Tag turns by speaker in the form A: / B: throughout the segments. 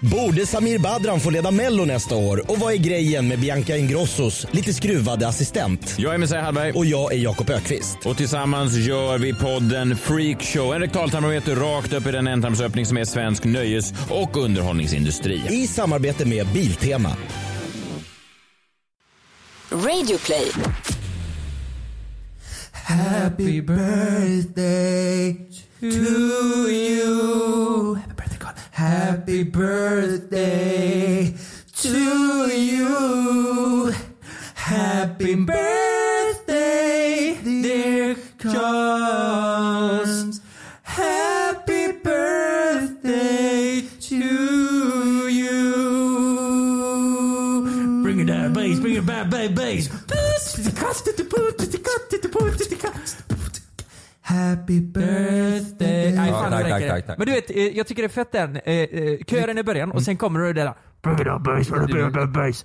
A: Borde Samir Badran få leda Mello nästa år? Och vad är grejen med Bianca Ingrossos lite skruvade assistent?
B: Jag är Messiah Hallberg
A: Och jag är Jakob Ökvist.
B: och tillsammans gör vi podden Freak Show. En rektaltarmometer rakt upp i den ändtarmsöppning som är svensk nöjes och underhållningsindustri.
A: I samarbete med Biltema.
C: Radio play.
D: Happy birthday to you. Happy birthday, God. Happy birthday to you. Happy birthday, dear Charles. Happy birthday to you. Bring it down, bass. Bring it back, bass, bass. Happy birthday.
E: Nej,
D: Nej,
E: fan,
D: tack,
E: det
D: tack,
E: räcker.
D: tack, tack.
E: Men du vet, eh, jag tycker det är fett den eh, eh, kören i början och sen kommer du det där.
D: Bring it on, bass. Bring it on, bass.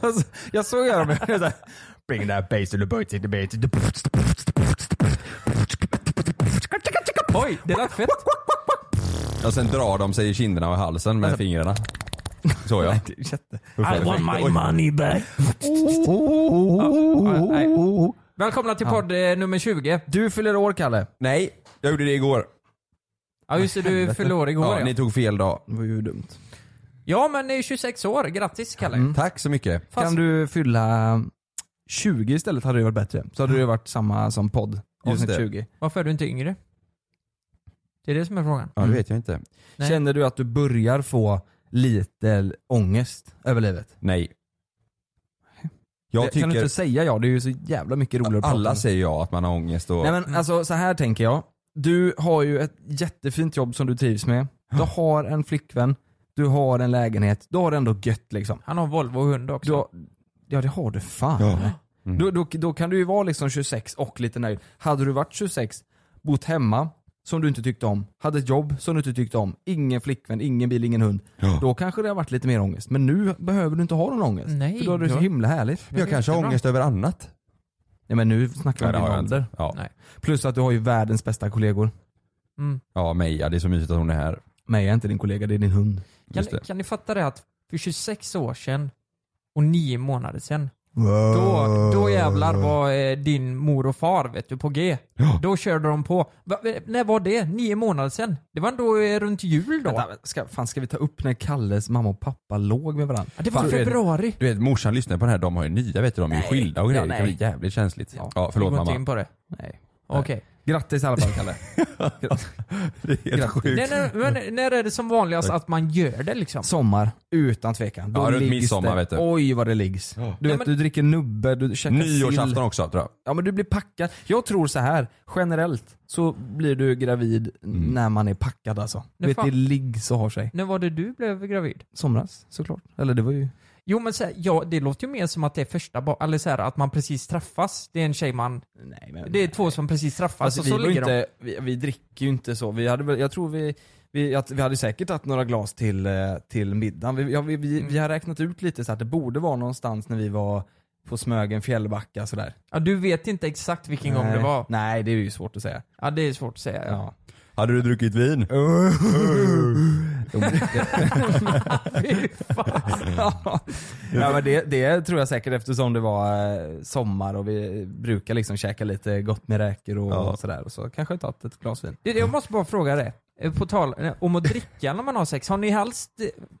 E: Alltså, jag såg göra mig såhär. Bring that bass to the boat to the boat to the Oj, det lät fett.
D: Och sen drar de sig i kinderna och halsen med fingrarna. Så ja. I want my money back.
E: Välkomna till podd eh, nummer 20. Du fyller år Kalle.
D: Nej, jag gjorde det igår.
E: Ja just det, du fyllde år igår
D: Ja,
E: ja.
D: ni tog fel dag. Det var ju dumt.
E: Ja men det är 26 år, grattis Kalle.
D: Tack så mycket.
E: Fast-
F: Mm. Kan du fylla 20 istället hade det varit bättre. Så hade det varit samma som podd. Avsnitt
D: det.
F: 20.
E: Varför är du inte yngre? Det är det som är frågan.
D: Ja, det vet jag inte.
E: Nej.
F: Känner du att du börjar få lite ångest över livet?
D: Nej.
F: Det-
D: Jag
F: Kan du
D: tycker
F: inte säga ja? Det är ju så jävla mycket roligare att prata
D: alla
F: om.
D: säger ja att man har ångest och...
F: Nej men alltså så här tänker jag. Du har ju ett jättefint jobb som du trivs med. Du har en flickvän, du har en lägenhet, du har det ändå gött liksom.
E: Han har Volvo och hund också.
F: Du har, ja det har du fan. Mm. Då, då, då kan du ju vara liksom 26 och lite nöjd. Hade du varit 26, bott hemma, som du inte tyckte om, hade ett jobb som du inte tyckte om, ingen flickvän, ingen bil, ingen hund. Då kanske det har varit lite mer ångest. Men nu behöver du inte ha någon ångest.
E: Nej,
F: för då är det
E: du
F: så
E: har-
F: himla härligt.
D: jag kanske har
E: jättebra.
D: ångest över annat.
F: Nej men nu snackar vi
D: Nej, det
F: om
D: har
F: din
D: jag
F: ålder.
D: inte. Ja,
E: Nej.
F: Plus att du har ju världens bästa kollegor.
D: ja Meja, det är så mysigt att hon är här.
F: Mig är inte din kollega, det är din hund.
E: Kan,
D: Just det.
E: kan ni fatta det att för 26 år sedan och 9 månader sedan, då, då jävlar var eh, din mor och far vet du, på G. Då körde de på. Va, eh, när var det? 9 månader sedan? Det var ändå eh, runt jul då?
F: Vänta, ska, fan ska vi ta upp när Kalles mamma och pappa låg med varandra?
E: Ja, det var
D: Fan, du vet-
E: februari.
D: Du vet morsan lyssnar på den här, de har ju nya vet du, de är ju skilda och grejer.
E: Ja,
D: det kan
E: nej.
D: bli jävligt känsligt. Ja,
E: Vi
D: förlåt
E: går inte in
D: mamma.
E: på det.
F: Nej.
E: Okej.
F: Grattis i alla fall Kalle.
D: Det är helt sjukt.
E: Nej, nej, men när är det som vanligast att man gör det liksom?
F: Sommar, utan tvekan. Då
D: Ja, runt
F: liggs
D: midsommar,
F: det.
D: vet du.
F: Oj vad det liggs. Du vet,
E: men-
F: du dricker nubbe, du käkar sill.
D: Nyårsafton också tror jag.
F: Ja men du blir packad. Jag tror så här generellt så blir du gravid
D: Mm.
F: när man är packad alltså.
E: Nej,
F: vet,
E: fan.
F: det liggs och har sig.
E: När var det du blev gravid?
F: Somras såklart. Eller det var ju...
E: Jo men så här, ja, det låter ju mer som att det är första barn, eller så här, att man precis träffas. Det är en tjej man,
F: Nej, men,
E: det är två som precis träffas
F: Alltså,
E: och så
F: vi, var ju
E: ligger de.
F: inte, vi, vi dricker ju inte så. Vi hade väl, jag tror vi, vi, att vi hade säkert haft några glas till, eh, till middagen. Vi, ja, vi, vi, vi har räknat ut lite så att det borde vara någonstans när vi var på Smögen, Fjällbacka sådär. Eh,
E: Ja, du vet inte exakt vilken gång det var.
F: Nej, det är ju svårt att säga.
E: Ja det är svårt att säga. Ja.
F: Ja.
D: Hade du druckit vin?
E: Fy fan.
F: ja men det, det tror jag säkert eftersom det var eh, sommar och vi brukar liksom käka lite gott med räkor och,
D: Ja.
F: sådär. Och så kanske ta ett glas vin.
E: Du, Jag måste bara fråga det. Eh, På tal eh, om att dricka när man har sex. Har ni helst,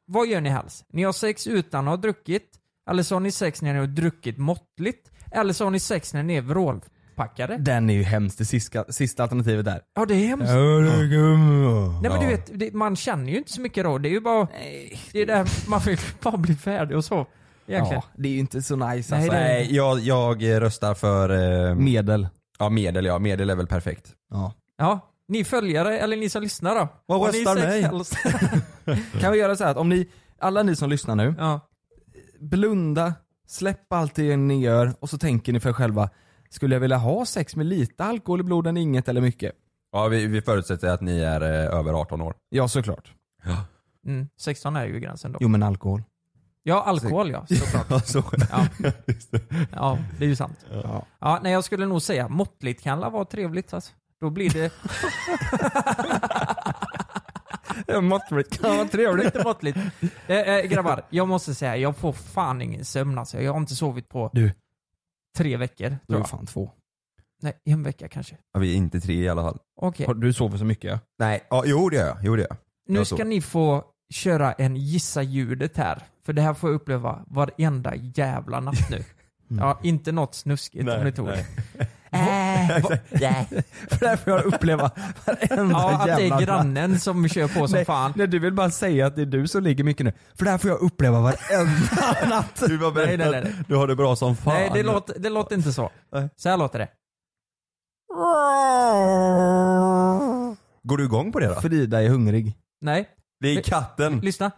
E: vad gör ni helst? Ni har sex utan att ha druckit? Eller så har ni sex när ni har druckit måttligt? Eller så har ni sex när ni är vrålpackade?
F: Den är ju hemskt, det sista, sista alternativet där.
E: Ja det är hemskt. Nej men du vet, det, man känner ju inte så mycket då. Det är ju bara, det är där man vill bara bli färdig och så. Egentligen.
F: Ja, det är ju inte så nice
E: Nej,
F: alltså.
E: det-
D: Nej, jag, jag eh, röstar för... Eh,
F: Medel.
D: ja, medel ja. Medel är väl perfekt.
F: Ja.
E: Ja. Ni följare, eller ni som lyssnar då.
D: Vad
E: Har ni
D: röstar
E: sex
D: ni?
E: helst?
F: Kan vi göra så här att om ni, alla ni som lyssnar nu,
E: ja.
F: blunda, släpp allt det ni gör och så tänker ni för er själva, skulle jag vilja ha sex med lite alkohol i blodet, inget eller mycket?
D: Ja, vi, vi förutsätter att ni är eh, över 18 år.
F: Ja såklart.
E: Mm, 16 är ju gränsen då.
F: Jo men alkohol.
E: Ja, alkohol ja. Såklart. Ja. ja, det är ju sant. Ja. nej, jag skulle nog säga måttligt kan la vara trevligt alltså. Då blir det...
F: Måttligt.
E: Ja, vad trevligt och måttligt. Eh, eh, grabbar, jag måste säga, jag får fan ingen sömn alltså. Jag har inte sovit på
F: Du.
E: tre veckor. Tror
F: Du är
E: jag.
F: fan två.
E: Nej, en vecka kanske.
D: Ja, vi är inte tre i alla fall.
E: Okej,
F: Har du sover så mycket?
D: Nej, ja, jo det gör jag. Jo, det gör jag.
E: nu
D: jag
E: ska
D: sover.
E: ni få köra en gissa ljudet här. För det här får jag uppleva varenda jävla natt nu. Ja, inte något snuskigt om ni tror det. Äh, va-
F: För det här får jag uppleva varenda
E: ja, att det
F: jävla
E: är
F: natt.
E: grannen som kör på som
F: Nej,
E: fan.
F: nej, du vill bara säga att det är du som ligger mycket nu. För det här får jag uppleva varenda natt.
D: Du bara
E: Nej, nej, nej,
D: berättat,
E: nej.
D: du har det bra som fan.
E: Nej, det låter, det låter inte så. Så här låter det.
D: Går du igång på det då?
F: Frida är hungrig.
E: Nej,
D: Det är katten.
E: lyssna.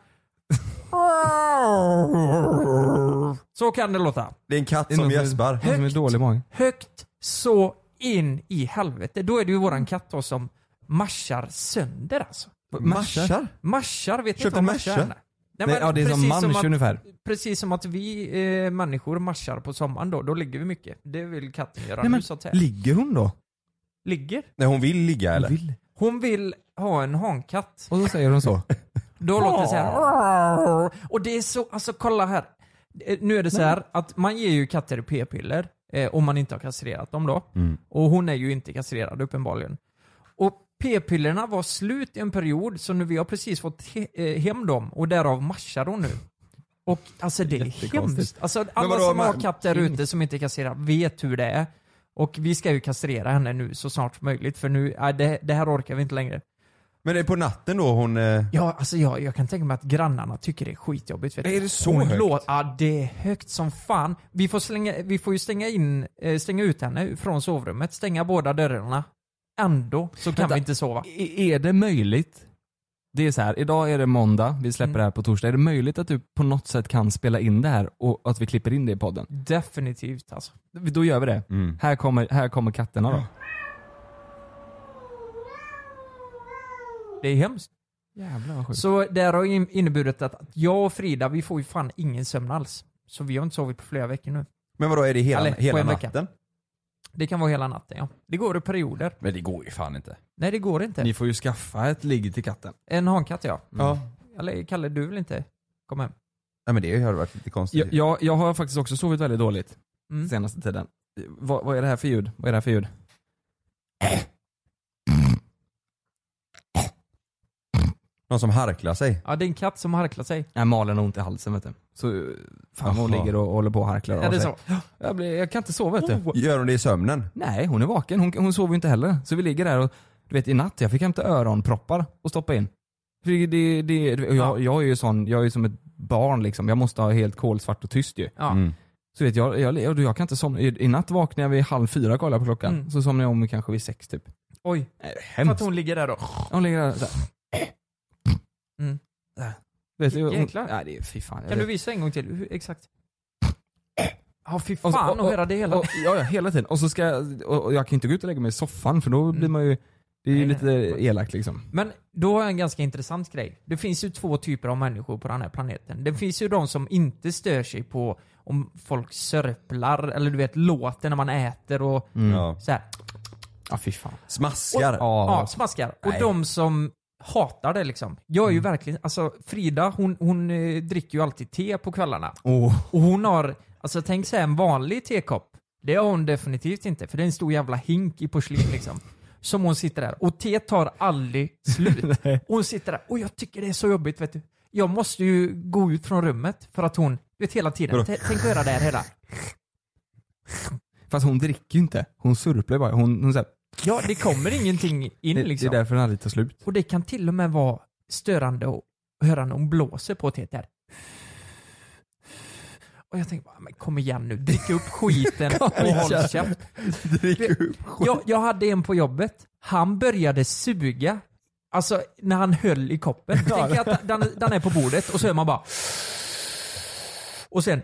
E: Så kan det låta.
D: Det är en katt
F: Det är
D: som
F: någon som är-
D: gäspar.
F: Hon som är dålig i magen.
E: Högt så in i helvete. Då är det ju våran katt då som marschar sönder alltså.
D: Maschar?
E: Marschar, vet ni
D: Köpte
E: inte vad
D: marscha?
E: marschar är? Nej, men
F: Nej, ja, det är som
E: precis
F: mansch
E: att,
F: ungefär.
E: Precis som att vi eh, människor marschar på sommaren då, då ligger vi mycket. Det vill katten göra
F: Nej, men
E: nu så att säga.
F: Ligger hon då?
E: ligger.
D: Nej hon vill ligga eller?
F: Vill.
E: Hon vill ha en hankatt.
F: Och så säger hon så.
E: Då låter det så här. Och det är så, alltså kolla här. Eh, Nu är det så här att man ger ju katter p-piller eh, om man inte har kastrerat dem då.
D: Mm.
E: Och hon är ju inte kastrerad uppenbarligen. Och p-pillerna var slut i en period så nu vi har precis fått he- eh, hem dem och därav marschar hon nu. Och alltså det är hemskt. Alltså, alla
D: vadå,
E: som
D: men- Mm.
E: har katt där ute som inte kastrerar vet hur det är. Och vi ska ju kastrera henne nu så snart som möjligt för nu, äh, det, det här orkar vi inte längre.
D: Men det är på natten då hon... eh,
E: Ja, alltså jag, jag kan tänka mig att grannarna tycker det är skitjobbigt. Vet du.
D: Är det så
E: Hon
D: högt?
E: lå- ja, det är högt som fan. Vi får, slänga, vi får ju stänga, in, eh, stänga ut henne från sovrummet, stänga båda dörrarna. Ändå så kan vi inte sova.
F: I- Är det möjligt? Det är så här, idag är det måndag, vi släpper
E: Mm.
F: det här på torsdag. Är det möjligt att du på något sätt kan spela in det här och att vi klipper in det i podden?
E: Definitivt alltså.
F: Då gör vi det.
D: Mm.
F: Här, kommer, här kommer katterna då.
E: Det är hemskt.
F: Jävlar vad sjukt.
E: Så det här har in- inneburit att att jag och Frida, vi får ju fan ingen sömn alls. Så vi har inte sovit på flera veckor nu.
D: Men vadå är det hela,
E: Eller, på
D: hela
E: en vecka.
D: natten?
E: Det kan vara hela natten ja. Det går i perioder.
D: Men det går ju fan inte.
E: Nej det går inte.
F: Ni får ju skaffa ett ligg till katten.
E: En hankatt ja. Mm.
D: Ja.
E: Eller Kalle, du vill inte komma hem?
D: Nej men det hade varit lite konstigt.
F: Jag, jag, jag har faktiskt också sovit väldigt dåligt
E: Mm.
F: senaste tiden. Vad, vad är det här för ljud? Vad är det här för ljud?
D: Någon som harklar sig.
E: Ja, det är en katt som harklar sig.
F: Nej, Malin har ont i halsen vet du. Så fan vad hon
D: Jaha.
F: ligger och håller på och harklar av
E: Är det
F: sig.
E: så?
F: Jag, blir, jag kan inte sova vet du.
D: Gör hon det i sömnen?
F: Nej, hon är vaken. Hon, hon sover ju inte heller. Så vi ligger där och du vet i natt, jag fick hämta öronproppar och stoppa in. För det, det, det, och jag, jag är ju sån, jag är ju som ett barn liksom. Jag måste ha helt kolsvart och tyst ju.
E: Ja.
D: Mm.
F: Så vet jag, jag, jag, jag kan inte somna. I, i natt vaknar jag vid halv fyra och kollar på klockan.
E: Mm.
F: Så somnar jag om kanske vid sex typ.
E: Oj.
F: Nej, det är
E: För
F: hemskt.
E: att hon ligger där då.
F: Hon ligger där såhär.
E: Mm.
F: Där. Vet Äh. du, hon,
E: Jäklar.
F: Nej, det är fy fan. jag
E: Kan du
F: vet.
E: visa en gång till? Hur, exakt. Ja, fy
F: Och så-
E: fan att höra det hela.
F: Och, ja, ja, hela tiden. Och så ska jag, och, och jag kan inte gå ut och lägga mig i soffan för då blir man ju, det är ju
E: Nej,
F: lite
E: nej, nej.
F: elakt liksom.
E: Men då har jag en ganska intressant grej. Det finns ju två typer av människor på den här planeten. Det finns ju de som inte stör sig på om folk sörplar eller du vet låter när man äter och
F: Mm.
D: Ja.
E: så här.
F: Ja, fy fan.
D: Smaskar.
E: Ja,
F: Ja.
E: smaskar. Och
F: Nej. Mm.
E: de som hatar det liksom. Jag är ju verkligen, alltså Frida hon, hon eh, dricker ju alltid te på kvällarna.
F: Oh.
E: Och hon har, alltså tänk sig en vanlig tekopp. Det har hon definitivt inte, för det är en stor jävla hink i porslin liksom. Som hon sitter där. Och teet tar aldrig slut. och hon sitter där. Och jag tycker det är så jobbigt vet du. Jag måste ju gå ut från rummet för att hon, du vet hela tiden. T- Tänk att göra det här hela.
F: Fast hon dricker ju inte. Hon surplar bara. Hon, hon så här,
E: Ja, det kommer ingenting in
F: det,
E: liksom.
F: det är därför den aldrig tar slut.
E: Och det kan till och med vara störande att höra när hon blåser på teet där. Och jag tänker bara, men kom igen nu, drick upp skiten och håll käft. Jag, jag hade en på jobbet, han började suga. Alltså när han höll i koppen. Tänk er att den, den är på bordet och så hör man bara... Och sen...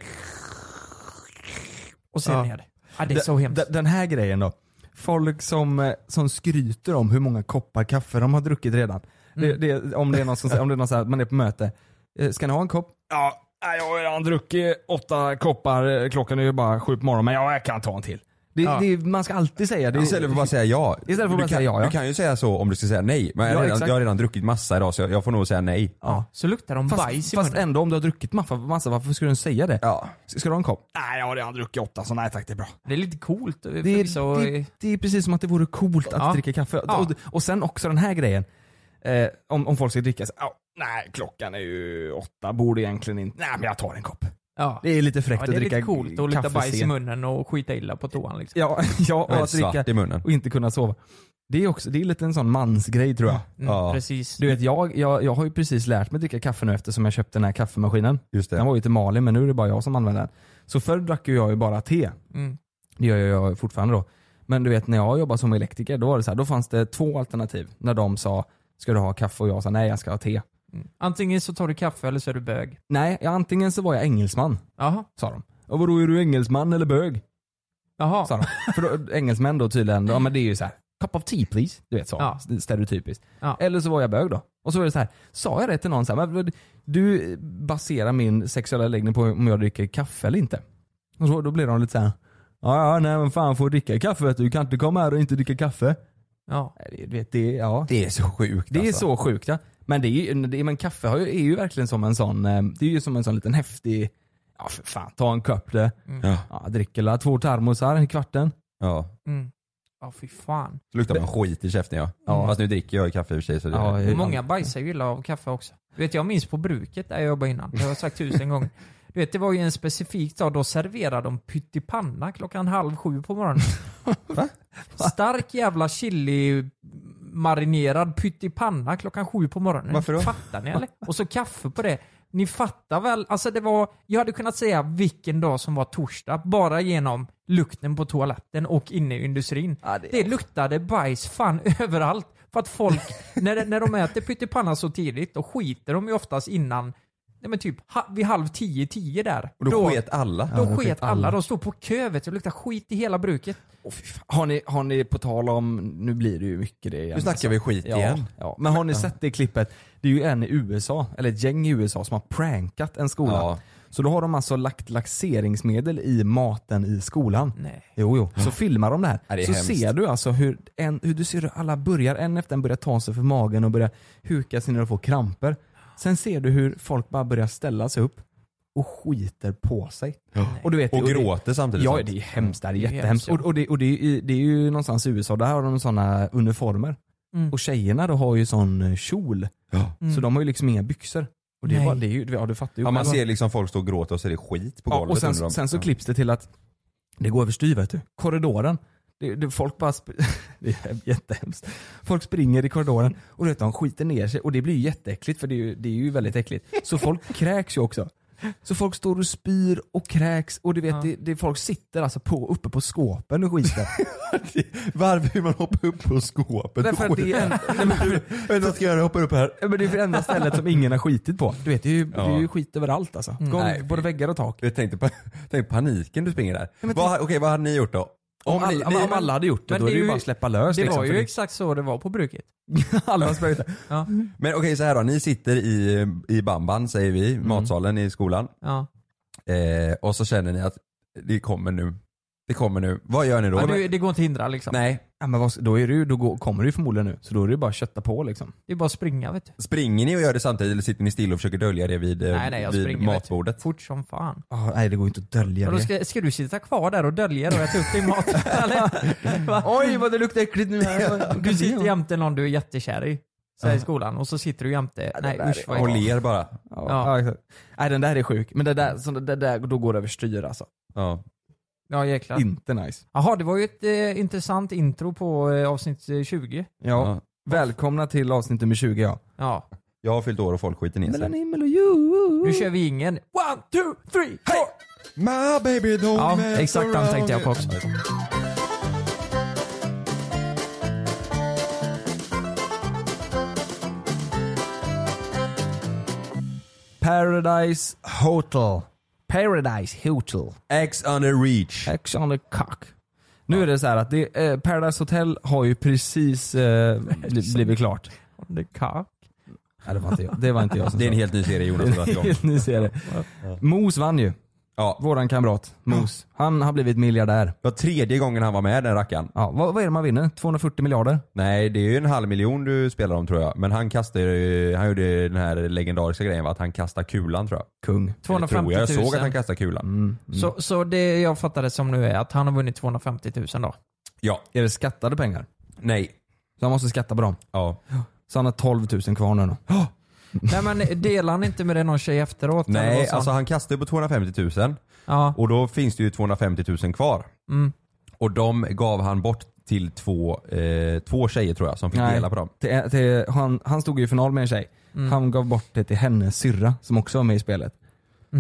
E: Och sen
F: Ja.
E: ner. Ja, det är så hemskt.
F: Den- Den här grejen då. Folk som, eh, som skryter om hur många koppar kaffe de har druckit redan. Det, det, om det är någon som säger- om det är någon så här, man är på möte. Eh, Ska ni ha en kopp? eh, Ja, jag har redan druckit åtta koppar. Klockan är ju bara sju på morgonen men jag kan ta en till. Det,
E: Ja.
F: det, man ska alltid säga det.
D: Istället för att bara säga ja.
F: Istället för att
D: du
F: bara
D: kan,
F: säga ja, ja.
D: Du kan ju säga så om du ska säga nej. Men jag,
F: Ja,
D: har redan,
F: exakt.
D: jag har redan druckit massa idag så jag, jag får nog säga nej.
E: Ja. Så luktar de bajs
F: Fast,
E: i
F: fast
E: munnen.
F: ändå om du har druckit massa, massa varför skulle du säga det?
D: Ja.
F: Ska du ha en kopp? Nej, jag har redan druckit åtta så nej tack det är bra.
E: Det är lite coolt.
F: Det är,
E: förvisso.
F: det, det är precis som att det vore coolt att
E: Ja.
F: dricka kaffe.
E: Ja.
F: Och, och sen också den här grejen. Eh, om, om folk ska dricka så, "Ja, nej klockan är ju åtta, borde egentligen inte, nej men jag tar en kopp.
E: ja.
F: Det är lite fräckt
E: Ja, det är
F: att dricka
E: lite coolt att lukta
F: kaffe
E: bajs i
F: sent.
E: munnen och skita illa på toan liksom.
F: Ja, ja och
D: Jag är
F: att dricka
D: svart i munnen.
F: och inte kunna sova. Det är också, det är lite en sån mansgrej tror jag.
E: Mm,
D: Ja.
E: Precis.
F: Du vet, jag, jag, jag har ju precis lärt mig dricka kaffe nu eftersom jag köpte den här kaffemaskinen.
D: Just det.
F: Den var ju till Malin men nu är det bara jag som använder den. Så förr drack ju jag ju bara te.
E: Mm.
F: Det gör jag fortfarande då. Men du vet när jag jobbade som elektriker då var det så här, då fanns det två alternativ. När de sa ska du ha kaffe och jag sa nej jag ska ha te.
E: Mm. Antingen så tar du kaffe eller så är du bög.
F: Nej, ja, antingen så var jag engelsman
E: Jaha.
F: sa de. Och vadå är du engelsman eller bög?
E: Jaha.
F: Sa de. För då, engelsmän då tydligen, ja men det är ju så här. Cup of tea please. Du vet så.
E: Ja.
F: Stereotypiskt.
E: Ja.
F: Eller så var jag bög då. Och så var det så här. sa jag det till någon så här, men du baserar min sexuella läggning på om jag dricker kaffe eller inte. Och så, då blir de lite så här. Ja, ja, nej men fan får du dricka kaffe vet du. Du kan inte komma här och inte dricka kaffe.
E: Ja.
F: Nej, det- Du vet, det, ja.
D: Det är så sjukt
F: det är
D: alltså.
F: så sjukt ja. Men, det är, ju- det, men kaffe har ju, är ju verkligen som en sån, eh, det är ju som en sån liten häftig, ja för fan ta en kopp det.
D: Ja.
F: Ja, dricker la två termosar i kvarten.
D: Ja.
E: Mm. Ja, fy fan.
D: Så luktar man skit i käften ja. Fast nu dricker jag ju kaffe i och för sig så det
F: Ja,
D: är
F: eh,
E: Många bajsar ju illa av kaffe också. Du vet, jag minns på bruket där jag jobbade innan. Det har jag sagt tusen gånger. Du vet, det var ju en specifik dag, då serverade de pyttipanna klockan halv sju på morgonen. Stark jävla chili marinerad pyttipanna klockan sju på morgonen.
D: Varför då?
E: Fattar ni eller? Och så kaffe på det. Ni fattar väl? Alltså det var, jag hade kunnat säga vilken dag som var torsdag bara genom lukten på toaletten och inne i industrin. det, luktade bajs fan överallt. För att folk, när, när de äter pyttipanna så tidigt, då skiter de ju oftast innan, nej men typ ha, vid halv tio, tio där.
D: Och då, sket alla.
E: då sket alla. De stod på kö vet du, och luktade skit i hela bruket.
F: Åh, fy fan. har, ni, har ni, på tal om, nu blir det ju mycket det igen.
D: Nu snackar vi skit
F: ja,
D: igen.
F: Ja. Men har ni sett det klippet? Det är ju en i USA, eller ett gäng i USA som har prankat en skola.
D: Ja.
F: Så då har de alltså lagt laxeringsmedel i maten i skolan.
E: Nej.
F: Jo, jo. Så filmar de det här.
D: Ja, det är
F: så
D: hemskt.
F: ser du alltså hur, en, hur du ser hur alla börjar, en efter en börjar ta sig för magen och börjar huka sig när de får kramper. Sen ser du hur folk bara börjar ställa sig upp och skiter på sig. Och, du vet,
D: Och
F: det-
D: gråter samtidigt.
F: Ja,
D: sant?
F: det är hemskt. Det här är
E: Det är
F: jättehemskt.
E: hemskt,
F: Och,
E: ja.
F: och, det, och det, är, ju- det är ju någonstans i USA, där har de sådana uniformer.
E: Mm.
F: Och tjejerna då har ju sån eh, kjol. Så de har ju liksom inga byxor. Och det, är
E: Nej.
F: bara, det är ju, ja du fattar ju.
D: Ja, man
F: själv.
D: ser liksom folk stå och gråta och så är det skit på
F: ja,
D: golvet
F: och sen,
D: under dem.
F: sen så
D: Ja.
F: klipps det till att det går överstyr vet du. Korridoren. Det, det, folk bara sp- det är jättehemskt. Folk springer i korridoren och du vet, de skiter ner sig och det blir ju jätteäckligt för det är ju, det är ju väldigt äckligt. Så folk kräks ju också. Så folk står och spyr och kräks och du vet, det, det, folk sitter alltså på, uppe på skåpen och skiter.
D: Varför vill man hoppa upp på skåpet?
F: Därför att det är, nej, men, för-
D: Jag vet inte vad jag ska göra, jag hoppar upp här.
F: Ja, men det är för enda stället som ingen har skitit på. Du vet, det är ju, det är ju skit överallt alltså.
E: Mm.
F: Golv,
D: Nej,
F: både väggar och tak.
D: Jag tänkte på tänk paniken du springer där. Vad, okej, vad hade ni gjort då?
F: Om, alla,
D: ni-
F: om alla hade gjort det,
E: Men
F: då är
E: det
F: det
E: är
F: ju
E: ju-
F: bara att släppa lös.
E: Det
F: liksom,
E: var
F: för
E: ju exakt så det var på bruket.
F: alla sprang ut där.
E: Ja.
D: Men okej så här då, ni sitter i, i bamban säger vi,
E: Mm.
D: matsalen i skolan.
E: Ja.
D: Eh, och så känner ni att det kommer nu. Det kommer nu. Vad gör ni då?
E: Men det, det går inte att hindra liksom.
D: Nej,
F: Ja, men vad, då är du, då går, kommer du ju förmodligen nu, så då är det ju bara att kötta på liksom.
E: Det är bara att springa vet du.
D: springer ni och gör det samtidigt eller sitter ni still och försöker dölja det vid, eh,
E: Nej, nej, jag
D: vid
E: springer, vet du.
D: matbordet?
E: Fort som fan.
F: Ah, nej det går ju inte att dölja
E: Och då ska, ska du sitta kvar där och dölja dig och äta upp din mat? eller? Va?
F: Oj vad det luktar äckligt nu här.
E: Du sitter jämte någon du är jättekär i. Så här i skolan och så sitter du jämte... Nej usch vad
D: Och
E: äckligt.
D: ler bara.
F: ja, ja. exakt. Nej den där är sjuk, men det där, så det där då går det överstyr alltså.
D: Ja.
E: Ja jäklar.
F: Inte nice.
E: Jaha, det var ju ett eh, intressant intro på eh, avsnitt eh, 20.
F: Ja. Välkomna till avsnitt nummer 20 ja.
E: Ja.
D: Jag har fyllt år och folk skiter ner sig.
F: himmel och jord.
E: Nu kör vi ingen. One, two, three, four!
D: My baby don't
E: Ja,
D: mess
E: exakt den
D: around.
E: tänkte jag på också.
F: Paradise Hotel. Paradise Hotel.
D: X on the reach.
F: X on the cock. Nu är det så här att det, eh, Paradise Hotel har ju precis eh, bli- blivit klart.
E: On the cock.
F: Nej, det
E: alltså
F: var inte jag. Det var inte jag som
D: Det är en
F: sa
D: helt ny serie Jonas har dragit igång.
F: Helt ny serie. Mos vann ju.
D: Ja.
F: Våran kamrat Mos. Han har blivit miljardär.
D: Det var tredje gången han var med den rackaren.
F: Ja, vad, vad är det man vinner? 240 miljarder?
D: Nej det är ju en halv miljon du spelar om tror jag. Men han kastade ju- han gjorde den här legendariska grejen va? att han kastade kulan tror jag.
F: Kung.
D: Eller
E: 250 000.
D: Tror jag. jag såg att han kastade kulan.
E: så, så det jag fattade som nu är att han har vunnit 250 000 då.
D: Ja.
F: Är det skattade pengar?
D: Nej.
F: Så han måste skatta på dem.
D: Ja.
F: Så han har 12 000 kvar nu då.
E: Nej men eh, delar han inte med det någon tjej efteråt? eller vad
D: Nej
E: sa
D: alltså
E: han?
D: han kastade på 250 000
E: Ja.
D: och då finns det ju 250 000 kvar.
E: Mm.
D: Och de gav han bort till två, eh, två tjejer tror jag som fick
F: Nej.
D: dela på dem.
F: Till, eh, till, han, han stod ju i final med en tjej. Han gav bort det till hennes syrra som också var med i spelet.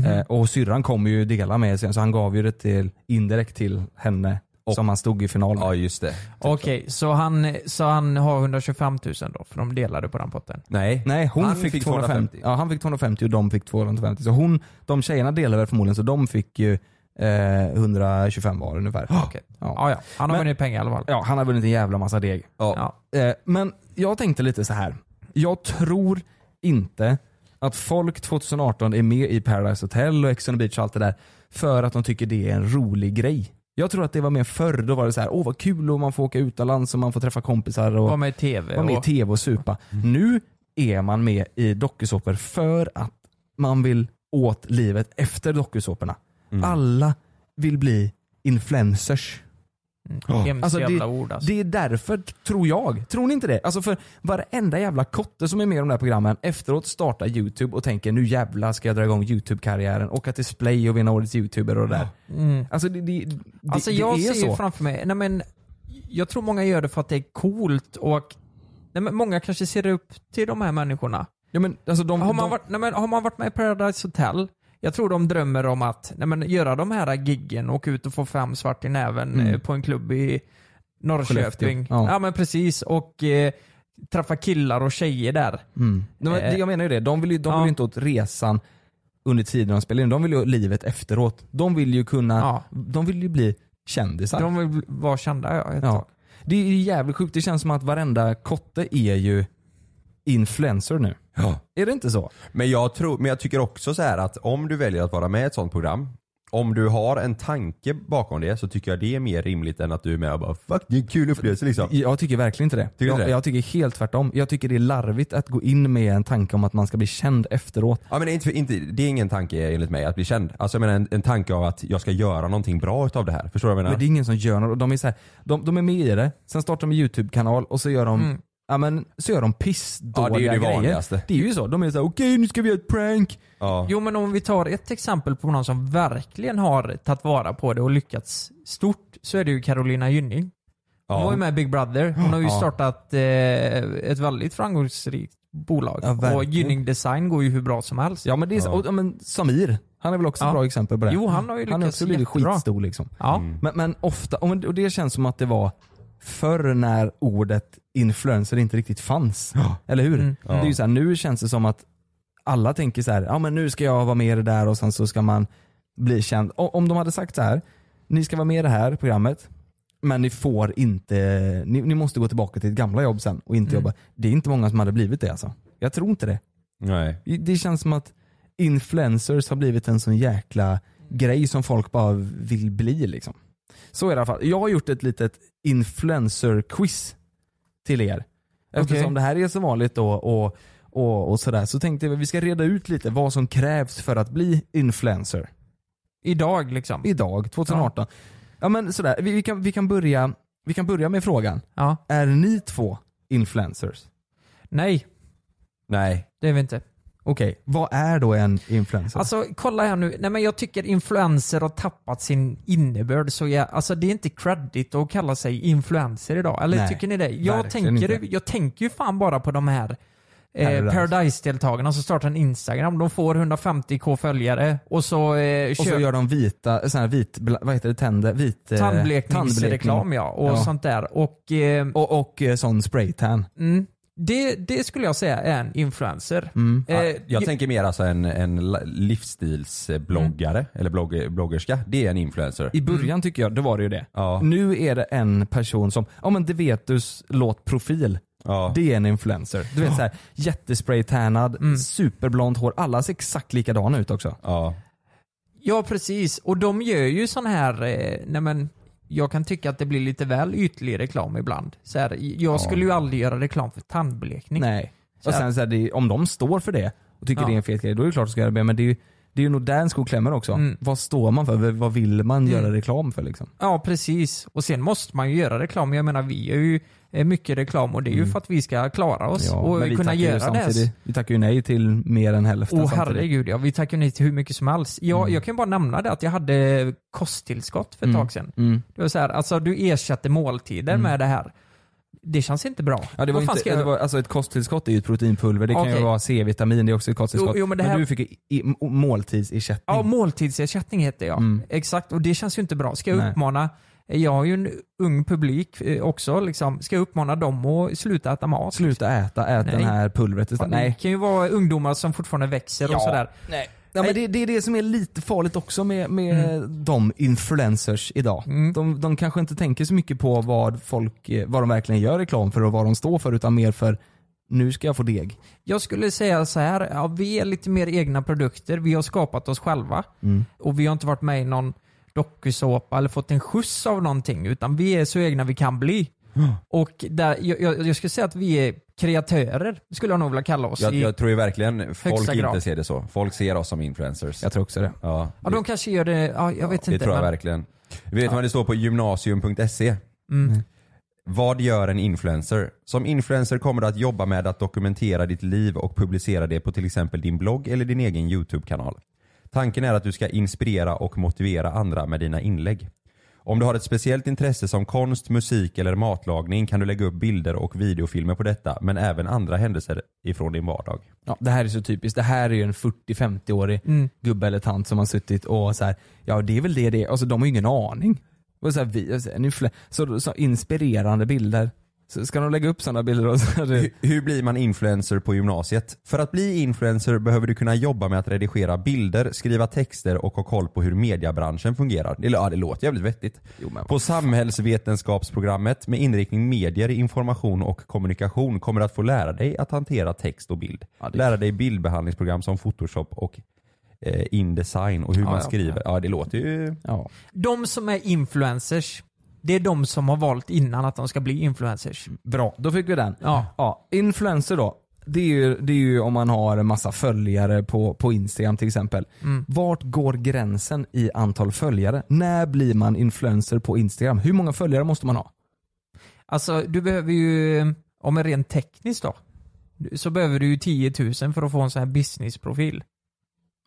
F: Eh, och syrran kommer ju dela med sig så han gav ju det till, indirekt till henne som han stod i final med.
D: Ja just det.
F: Typ
E: Okej, så, han, så han har 125 000 då för de delade på den potten.
D: Nej.
F: Nej, hon
D: Han
F: fick,
D: fick
F: 250.
D: 250.
F: Ja, han fick 250 och de fick 250. Så hon, de tjejerna delade väl förmodligen så de fick ju eh, 125 var ungefär.
E: Okej.
F: Ja.
E: Ja, ja. Han har
F: Men-
E: vunnit pengar i alla fall.
F: Ja, han har vunnit en jävla massa deg.
E: Ja.
F: Eh, men jag tänkte lite så här. Jag tror inte att folk 2018 är med i Paradise Hotel och Ex on the Beach och allt det där för att de tycker det är en rolig grej. Jag tror att det var mer förr, då var det så här, åh vad kul och man får åka utomlands och man får träffa kompisar och
E: Var med i TV.
F: vara med i
E: och-
F: tv och supa. Nu är man med i dokusåpor för att man vill åt livet efter dokusåporna. Alla vill bli influencers.
E: Mm. Hemskt
F: Alltså,
E: jävla ord alltså.
F: Det är därför, tror jag. Tror ni inte det? Alltså för varenda jävla kotte som är med i de där programmen efteråt startar YouTube och tänker nu jävla ska jag dra igång YouTube-karriären, åka till Splay och vinna årets YouTuber och det där.
E: Mm.
F: Alltså det, det, det,
E: Alltså
F: det
E: jag
F: är
E: ser ju
F: så.
E: framför mig, nej men jag tror många gör det för att det är coolt och nej men många kanske ser upp till de här människorna.
F: Ja, men, alltså de,
E: Har man,
F: de,
E: varit, nej men, har man varit med i Paradise Hotel, jag tror de drömmer om att nej men, göra de här giggen, åka ut och få fem svart i näven eh, på en klubb i Norrköping.
F: Mm. Skellefteå, ja.
E: Ja. men precis. Och eh, träffa killar och tjejer där. Eh,
F: Mm. Nej, men det- jag menar ju det, de vill ju, de vill
E: Ja.
F: ju inte åt resan under tiden de spelar in, de vill ju åt livet efteråt. De vill ju kunna,
E: Ja.
F: de vill ju bli kändisar.
E: De vill bli- vara kända ja, ett
F: ja.
E: tag.
F: Det är ju jävligt sjukt, det känns som att varenda kotte är ju influencer nu.
D: Ja.
F: Är det inte så?
D: Men jag, tror, men jag tycker också så här att om du väljer att vara med i ett sånt program, om du har en tanke bakom det så tycker jag det är mer rimligt än att du är med och bara fuck det är en kul upplevelse liksom.
F: Jag tycker verkligen inte det.
D: du
F: jag,
D: inte det?
F: jag tycker helt tvärtom. Jag tycker det är larvigt att gå in med en tanke om att man ska bli känd efteråt.
D: Ja, men det är inte, inte, det är ingen tanke enligt mig att bli känd. Alltså jag menar en, en tanke av att jag ska göra någonting bra utav det här. Förstår du vad jag menar?
F: Men det är ingen som gör något. Och De är, så här, de, de är med i det, sen startar de en YouTube-kanal och så gör de Ja men så gör de pissdåliga
D: Mm. Ja, det är ju det
F: grejer.
D: vanligaste.
F: Det är ju så. De är såhär, okej nu ska vi göra ett prank.
D: ja.
E: Jo men om vi tar ett exempel på någon som verkligen har tagit vara på det och lyckats stort så är det ju Carolina Gynning. Hon var ju med i Big Brother. Hon har ju startat eh, ett väldigt framgångsrikt bolag.
F: Ja, verkligen.
E: och Gynning Design går ju hur bra som helst.
F: Ja men det är så, och, ja, men Samir, han är väl också
E: Ja.
F: ett bra exempel på det.
E: Jo, han har ju
F: Han är
E: lyckats
F: också blivit
E: jättebra.
F: skitstor liksom.
E: Ja.
F: Men, men ofta, och men- och det känns som att det var förr när ordet influencer inte riktigt fanns. Eller hur?
E: Mm.
F: Det är ju så här, nu känns det som att alla tänker så här, ja men nu ska jag vara med i det där och sen så ska man bli känd. O- Om de hade sagt så här, ni ska vara med i det här programmet men ni får inte, ni, ni måste gå tillbaka till ett gamla jobb sen och inte jobba. Det är inte många som hade blivit det alltså. Jag tror inte det.
D: Nej.
F: Det känns som att influencers har blivit en sån jäkla grej som folk bara vill bli liksom. Så är det i alla fall. Jag har gjort ett litet influencer-quiz till er. Eftersom
E: Okej.
F: det här är så vanligt då och, och, och sådär så tänkte jag att vi ska reda ut lite vad som krävs för att bli influencer
E: Idag liksom.
F: idag, 2018. Ja, men sådär, vi, vi, kan, vi, kan börja, vi kan börja med frågan.
E: Ja.
F: Är ni två influencers?
E: Nej,
D: Nej.
E: det är vi inte.
F: Okej, vad är då en influencer?
E: Alltså kolla här nu. Nej men jag tycker influencer har tappat sin innebörd. Så jag, alltså det är inte credit att kalla sig influencer idag. Eller
F: Nej,
E: tycker ni det? Jag
F: verkligen
E: tänker,
F: inte.
E: jag tänker ju fan bara på de här eh,
F: Paradise.
E: Paradise-deltagarna som startar en Instagram. De får 150k följare och så eh,
F: Och så
E: köper-
F: gör de vita, eh, sån här vit, bla- vad heter det, tänder, vit eh,
E: Tandblekningsreklam
F: tandblekning.
E: ja, och
F: Ja.
E: sånt där. Och, eh,
F: Och, och eh, sån spraytan.
E: mm, det, det skulle jag säga är en influencer.
F: Mm.
E: Eh,
D: Ja, jag tänker mer alltså en, en la- livsstilsbloggare eller blogg, bloggerska. Det är en influencer.
F: Mm. I
E: Mm.
F: Mm. början tycker jag, då var det ju det.
D: Ja.
F: Nu är det en person som, ja men det vet du låt profil.
D: Ja.
F: Det är en influencer. Du vet såhär,
E: Mm.
F: jättespraytannad, superblont hår. Alla ser exakt likadana ut också.
D: Ja.
E: Ja, precis. Och de gör ju sån här, eh, nej men, jag kan tycka att det blir lite väl ytlig reklam ibland. Så här, jag skulle ju aldrig göra reklam för tandblekning.
F: Nej.
E: Så
F: och
E: här-
F: sen så här, det, är- om de står för det och tycker
E: Ja.
F: det är en fet grej, då är det klart att de ska göra det. Men det är ju, det är ju nog där en sko klämmer också.
E: Mm.
F: Vad står man för? V- Vad vill man
E: Mm.
F: göra reklam för liksom?
E: Ja, precis. Och sen måste man ju göra reklam. Jag menar, vi gör ju eh, mycket reklam och det är ju för att vi ska klara oss
F: Mm. men
E: och
F: vi
E: kunna
F: tackar ju
E: göra det.
F: samtidigt- Vi tackar ju nej till mer än hälften
E: Åh
F: samtidigt. Mm.
E: herregud ja, vi tackar nej till hur mycket som helst. Jag, jag kan bara nämna det att jag hade kosttillskott för ett tag sedan.
F: Mm.
E: Det var så här, alltså du ersätter måltider med det här. Det känns inte bra.
F: Ja, det var
E: Vad fan
F: inte,
E: ska jag-
F: det var, alltså ett kosttillskott är ju ett proteinpulver, det kan
E: Okej.
F: ju vara C-vitamin, det är också ett kosttillskott.
E: Jo, jo, men
F: men,
E: det här-
F: du fick i, i, m- måltidsersättning.
E: Ja, måltidsersättning heter jag.
F: Mm.
E: Exakt, och det känns ju inte bra. Ska jag
F: Nej.
E: uppmana, jag har ju en ung publik eh, också, liksom. ska jag uppmana dem att sluta äta mat?
F: Sluta äta, ät
E: Nej.
F: den här pulvret
E: Fan,
F: istället.
E: Det
F: Nej.
E: kan ju vara ungdomar som fortfarande växer och sådär.
F: Nej. Mm. Ja, men det, det är det som är lite farligt också med, med de influencers idag.
E: Mm.
F: De, de kanske inte tänker så mycket på vad, folk, eh, vad de verkligen gör reklam för och vad de står för utan mer för nu ska jag få deg.
E: Jag skulle säga så här, ja, vi är lite mer egna produkter. Vi har skapat oss själva.
F: Mm.
E: Och vi har inte varit med i någon dokusåpa eller fått en skjuts av någonting. Utan vi är så egna vi kan bli. Och där, jag, jag, jag skulle säga att vi är kreatörer, skulle jag nog vilja kalla oss.
D: Jag,
E: i,
D: jag tror ju verkligen folk
E: högsta
D: inte
E: grad.
D: ser det så. Folk ser oss som influencers.
F: Jag tror också det.
D: Ja,
E: ja, de kanske gör det, ja, jag vet
D: det
E: inte.
D: tror jag
E: men-
D: verkligen. Vet du vad det står på gymnasium.se?
E: Mm.
D: Vad gör en influencer? Som influencer kommer du att jobba med att dokumentera ditt liv och publicera det på till exempel din blogg eller din egen YouTube-kanal. Tanken är att du ska inspirera och motivera andra med dina inlägg. Om du har ett speciellt intresse som konst, musik eller matlagning kan du lägga upp bilder och videofilmer på detta men även andra händelser ifrån din vardag.
F: Ja, det här är så typiskt. Det här är ju en 40-50-årig gubbe eller tant som har suttit och så här, ja det är väl det det är. Alltså de har ju ingen aning. Och så, här, vi, och så, här, nu flä- så, så inspirerande bilder. Så ska de lägga upp sådana bilder? Och så här, det-
D: Hur, hur blir man influencer på gymnasiet? För att bli influencer behöver du kunna jobba med att redigera bilder, skriva texter och ha koll på hur mediebranschen fungerar. Det, ja, det låter jävligt vettigt.
F: Jo, men vad
D: på samhällsvetenskapsprogrammet med inriktning medier, information och kommunikation kommer du att få lära dig att hantera text och bild.
F: Ja, det-
D: Lära dig bildbehandlingsprogram som photoshop och eh, Indesign och hur
F: Ja,
D: man
F: ja.
D: skriver. Ja, det låter ju...
F: ja.
E: De som är influencers, det är de som har valt innan att de ska bli influencers.
F: Bra, då fick vi den.
E: Ja.
F: Ja, influencer då. Det är, ju, det är ju om man har en massa följare på, på Instagram till exempel. Vart går gränsen i antal följare? När blir man influencer på Instagram? Hur många följare måste man ha?
E: Alltså du behöver ju, om är rent tekniskt då, så behöver du ju 10 000 för att få en sån här businessprofil.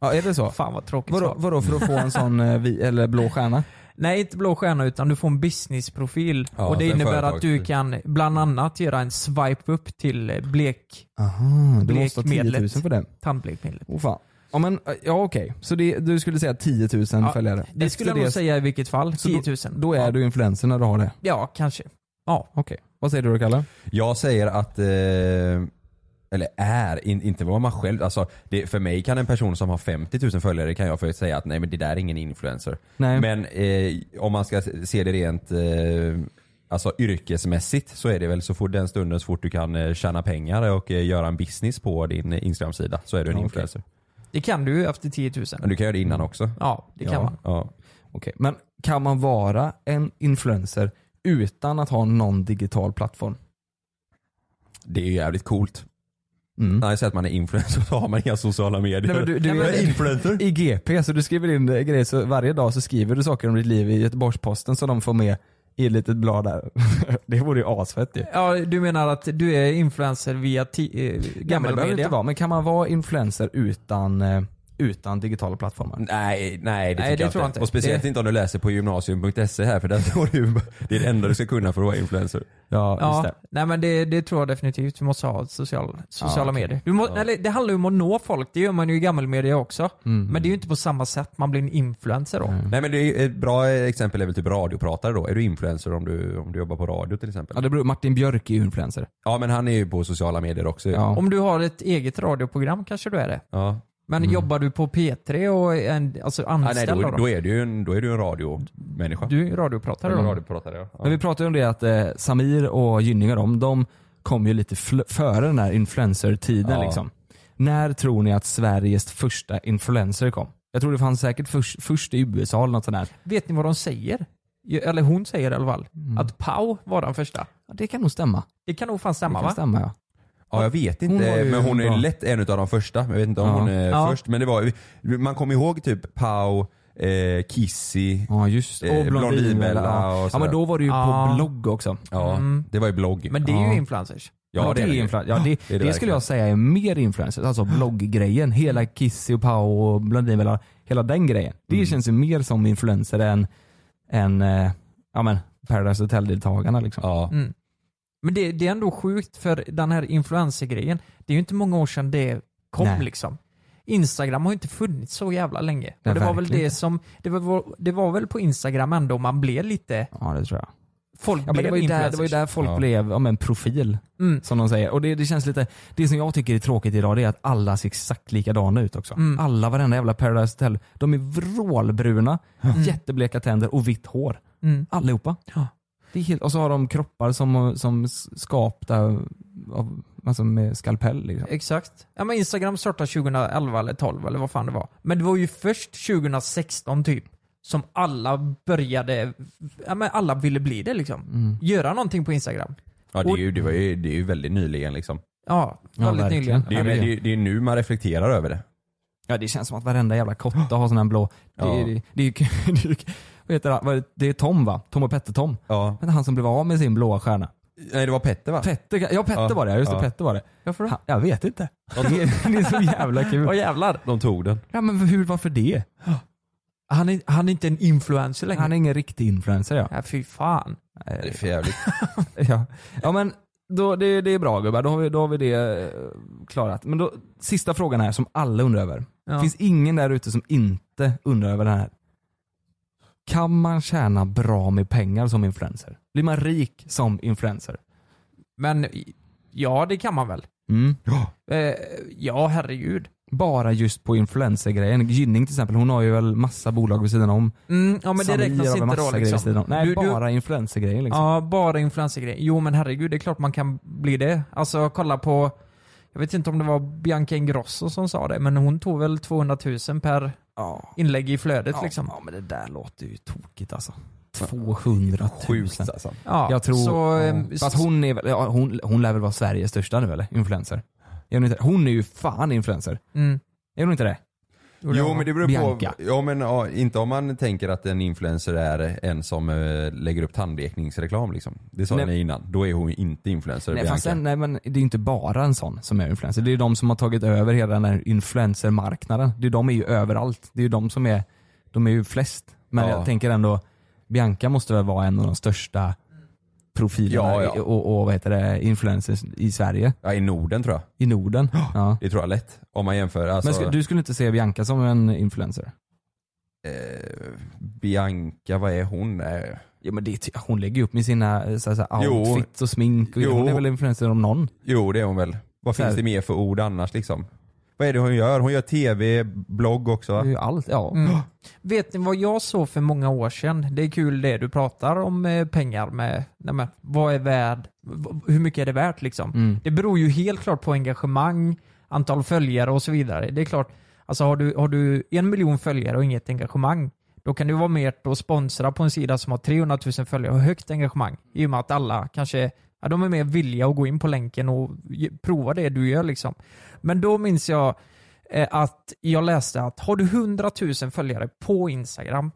F: Ja, är det så?
E: Fan vad tråkigt
F: Vadå,
E: svar.
F: vadå för att få en sån eh, vi, eller blå stjärna?
E: Nej, inte blå stjärna utan du får en businessprofil.
D: Ja,
E: och det
D: för en
E: innebär att du
D: företagsprofil.
E: kan bland annat göra en swipe upp till eh, blek,
F: Aha, du
E: Blek
F: måste ha 10 000
E: medlet.
F: för det.
E: tandblekmedlet.
F: Åh fan. Ja, men, eh, ja okej, så det, du skulle säga 10 000
E: Ja,
F: följare?
E: Det skulle jag
F: Efter
E: nog säga i vilket fall.
F: Så
E: 10 000.
F: Då är du influencer när du har det?
E: Ja, kanske. Ja.
F: Okej. Vad säger du då Kalle?
D: Jag säger att, eh, eller är, in, inte vad man själv, alltså det, för mig kan en person som har 50 000 följare kan jag för säga att nej men det där är ingen influencer.
F: Nej.
D: Men eh, om man ska se det rent eh, alltså yrkesmässigt så är det väl så fort den stunden så fort du kan eh, tjäna pengar och eh, göra en business på din eh, Instagram-sida så är du
F: Ja,
D: en
F: okej. Mm.
D: influencer.
E: Det kan du ju efter 10 000.
D: Men du kan göra det innan också.
E: Ja, det kan
D: ja,
E: man.
D: Ja.
F: Okej, men kan man vara en influencer utan att ha någon digital plattform?
D: Det är ju jävligt coolt.
F: Mm.
D: När jag säger att man är influencer så har man inga sociala medier.
F: Nej, men du- du
D: jag
F: är-
D: är influencer.
F: I GP, så du skriver in eh, grejer, så varje dag så skriver du saker om ditt liv i Göteborgs-Posten som de får med i ett litet blad där. det vore ju asfett ju.
E: Ja, du menar att du är influencer via ti- eh,
F: Ja, men
E: gammal
F: det behöver det
E: media?
F: inte vara, men kan man vara influencer utan, eh, utan digitala plattformar?
D: Nej, nej det,
E: Nej,
D: tycker
E: det
D: jag
E: tror jag inte.
D: Och speciellt
E: Det-
D: inte om du läser på gymnasium.se här för där står det ju det är det enda du ska kunna för att vara influencer.
F: Ja,
E: Ja,
F: just det.
E: nej men det, det tror jag definitivt. Du måste ha social, sociala
D: okej.
E: medier. Du må, eller, det handlar ju om att nå folk, det gör man ju i gammelmedia också. Men det är ju inte på samma sätt man blir en influencer då.
D: Nej men det är ju ett bra exempel är väl typ radiopratare då. Är du influencer om du, om du jobbar på radio till exempel?
F: Ja, det beror, Martin Björk är ju influencer.
D: Ja men han är ju på sociala medier också.
F: Ja.
E: Om du har ett eget radioprogram kanske du är det.
D: ja.
E: Men jobbar du på P3 och är en, alltså
D: Ah, nej,
E: anställd
D: då,
E: då?
D: då, är du ju en, då är du en radiomänniska.
E: Du är ju radiopratare
D: Eller
E: då?
D: radiopratare ja.
F: Men vi pratade ju om det att eh, Samir och Gynning och de, de kom ju lite fl- före den här influencer-tiden
D: Ja.
F: liksom. När tror ni att Sveriges första influencer kom? Jag tror det fanns säkert först, först i USA eller något sånt där.
E: Vet ni vad de säger? Ju- Eller hon säger i alla fall. Att Pau var den första.
F: Ja, det kan nog stämma.
E: Det kan nog fan
F: Det
E: stämma
F: kan
E: va?
F: stämma ja.
D: Ja, jag vet inte,
F: Hon var ju
D: men hon är
F: bra.
D: lätt en av de första. Jag vet inte om
F: Ja.
D: hon är
E: Ja.
D: först, men det var Man kommer ihåg typ Pau, eh, Kissy,
F: Ja just
D: Eh, Blondinbella och
F: Ja. ja
D: sådär.
F: men då var det ju
E: Ja.
F: på blogg också.
D: ja
E: Mm.
D: det var ju blogg.
E: Men det är
F: Ja.
E: ju influencers.
D: ja, det är det ju.
F: influ- ja, det,
D: det är det
F: det, skulle
D: verkligen. Mm.
F: jag säga är mer influencers. Alltså blogggrejen. Hela Kissy och Pau och Blondinbella. Hela den grejen. Det
D: Mm.
F: känns ju mer som influencer än, än eh, ja, men Paradise Hotel-deltagarna. Liksom.
D: Ja.
E: Mm. Men det, det är ändå sjukt för den här influencer-grejen, det är ju inte många år sedan det kom
F: Nej.
E: liksom. Instagram har ju inte funnits så jävla länge.
F: Nej,
E: Och det var väl
F: verkligen
E: det som, det var, det var väl på Instagram ändå man blev lite,
F: Ja det tror jag.
E: folk
F: Ja, men
E: blev
F: det, var ju där,
E: influencers.
F: det var ju där folk
D: Ja.
F: blev ja, men profil.
E: Mm.
F: Som de säger. Och det, det känns lite, det som jag tycker är tråkigt idag det är att alla ser exakt likadana ut också.
E: Mm.
F: Alla, varenda jävla Paradise Hotel. De är vrålbruna, jättebleka tänder och vitt hår.
E: Mm.
F: Allihopa.
E: Ja.
F: Det är helt, och så har de kroppar som, som skapta av, alltså med skalpell. Liksom.
E: Exakt. Ja, men Instagram startade 2011 eller 12 eller vad fan det var. Men det var ju först 2016 typ som alla började, ja men alla ville bli det liksom.
F: Mm.
E: Göra någonting på Instagram.
D: Ja, det, är ju, det, var ju, det är ju väldigt nyligen liksom.
E: Ja,
F: Ja,
E: väldigt
F: verkligen.
E: nyligen.
D: Det är, ju- det, är, det är nu man reflekterar över det.
F: Ja det känns som att varenda jävla kotte har sån här blå. Det,
D: Ja.
F: är det, det, är ju- det, är ju- vad heter han? Vad är det? det är Tom va? Tom och Petter-Tom.
D: Ja.
F: Han som blev av med sin blåa stjärna.
D: Nej det var Petter va?
F: Petter, kan- ja Petter
D: Ja,
F: var det, just det,
D: ja.
F: Petter var det.
E: Varför då?
F: Han, jag vet inte. Det är, det är så jävla
E: Åh
F: kul.
E: jävlar.
D: De tog den.
F: Ja, men hur, varför det?
E: Han är, han är inte en influencer längre.
F: Han är ingen riktig influencer ja.
E: Ja, Äh, fy fan.
D: Det är för jävligt.
F: Ja, ja men då, det, det är bra gubbar, då har vi, då har vi det eh, klarat. Men då, sista frågan här som alla undrar över.
E: Ja.
F: Finns ingen där ute som inte undrar över den här? Kan man tjäna bra med pengar som influencer? Blir man rik som influencer?
E: Men ja, det kan man väl?
F: Mm.
E: Eh, ja, herregud.
F: Bara just på influencergrejen. Gynning till exempel, hon har ju väl massa bolag vid sidan om.
E: Mm, ja, men det
F: Samir
E: räknas
F: har väl
E: inte
F: massa
E: då
F: grejer vid
E: liksom.
F: sidan om. Nej,
E: Du- du-
F: bara influencergrejer liksom.
E: Ja, bara influencergrejer. Jo men herregud, det är klart man kan bli det. Alltså kolla på, jag vet inte om det var Bianca Ingrosso som sa det, men hon tog väl 200 000 per
F: Ja.
E: inlägg i flödet
F: Ja,
E: liksom.
F: ja men det där låter ju tokigt alltså. 200 000.
D: Sjukt alltså.
E: Ja,
F: Jag tror...
E: så,
F: ja.
E: ehm,
F: Fast hon är väl, ja, hon, hon lär väl vara Sveriges största nu eller? Influencer. Är hon, inte, hon är ju fan influencer.
E: Mm,
F: Är hon inte det?
D: Jo men det beror
F: Bianca.
D: på. Ja, men, ja, inte om man tänker att en influencer är en som eh, lägger upp tandlekningsreklam liksom. Det sa
F: Nej.
D: ni innan. Då är hon inte influencer
F: Nej,
D: Bianca.
F: fast sen, nej men det är ju inte bara en sån som är influencer. Det är ju de som har tagit över hela den här influencermarknaden. Det är, de är ju överallt. Det är ju de som är, de är ju flest. Men
D: Ja.
F: jag tänker ändå, Bianca måste väl vara en av de största profilerna
D: Ja, ja.
F: i- Och, och vad heter det, influencers i Sverige.
D: Ja, i Norden tror jag.
F: I Norden. Ja.
D: Det tror jag lätt. Om man jämför. Alltså,
F: Men sk- du skulle inte se Bianca som en influencer?
D: eh, Bianca, vad är hon? Eh,
F: Ja, men det, är- hon lägger ju upp med sina eh, så- så här,
D: Jo.
F: outfits och smink. Och
D: Jo.
F: Hon är väl influencer om någon?
D: Jo det är hon väl. Vad
F: Så här.
D: finns det mer för ord annars liksom? Vad är det hon gör? Hon gör tv, blogg också
F: Det är
D: va?
F: ju allt. Ja.
E: Mm. Vet ni vad jag såg för många år sedan? Det är kul det du pratar om eh, pengar med. Nej men, vad är värd? v- Hur mycket är det värt liksom?
F: Mm.
E: Det beror ju helt klart på engagemang, antal följare och så vidare. Det är klart, alltså har du, har du en miljon följare och inget engagemang, då kan det vara mer att sponsra på en sida som har 300 000 följare och högt engagemang. I och med att alla kanske ja, de är mer villiga att gå in på länken och ge- prova det du gör liksom. Men då minns jag eh, att jag läste att har du 100 000 följare på Instagram,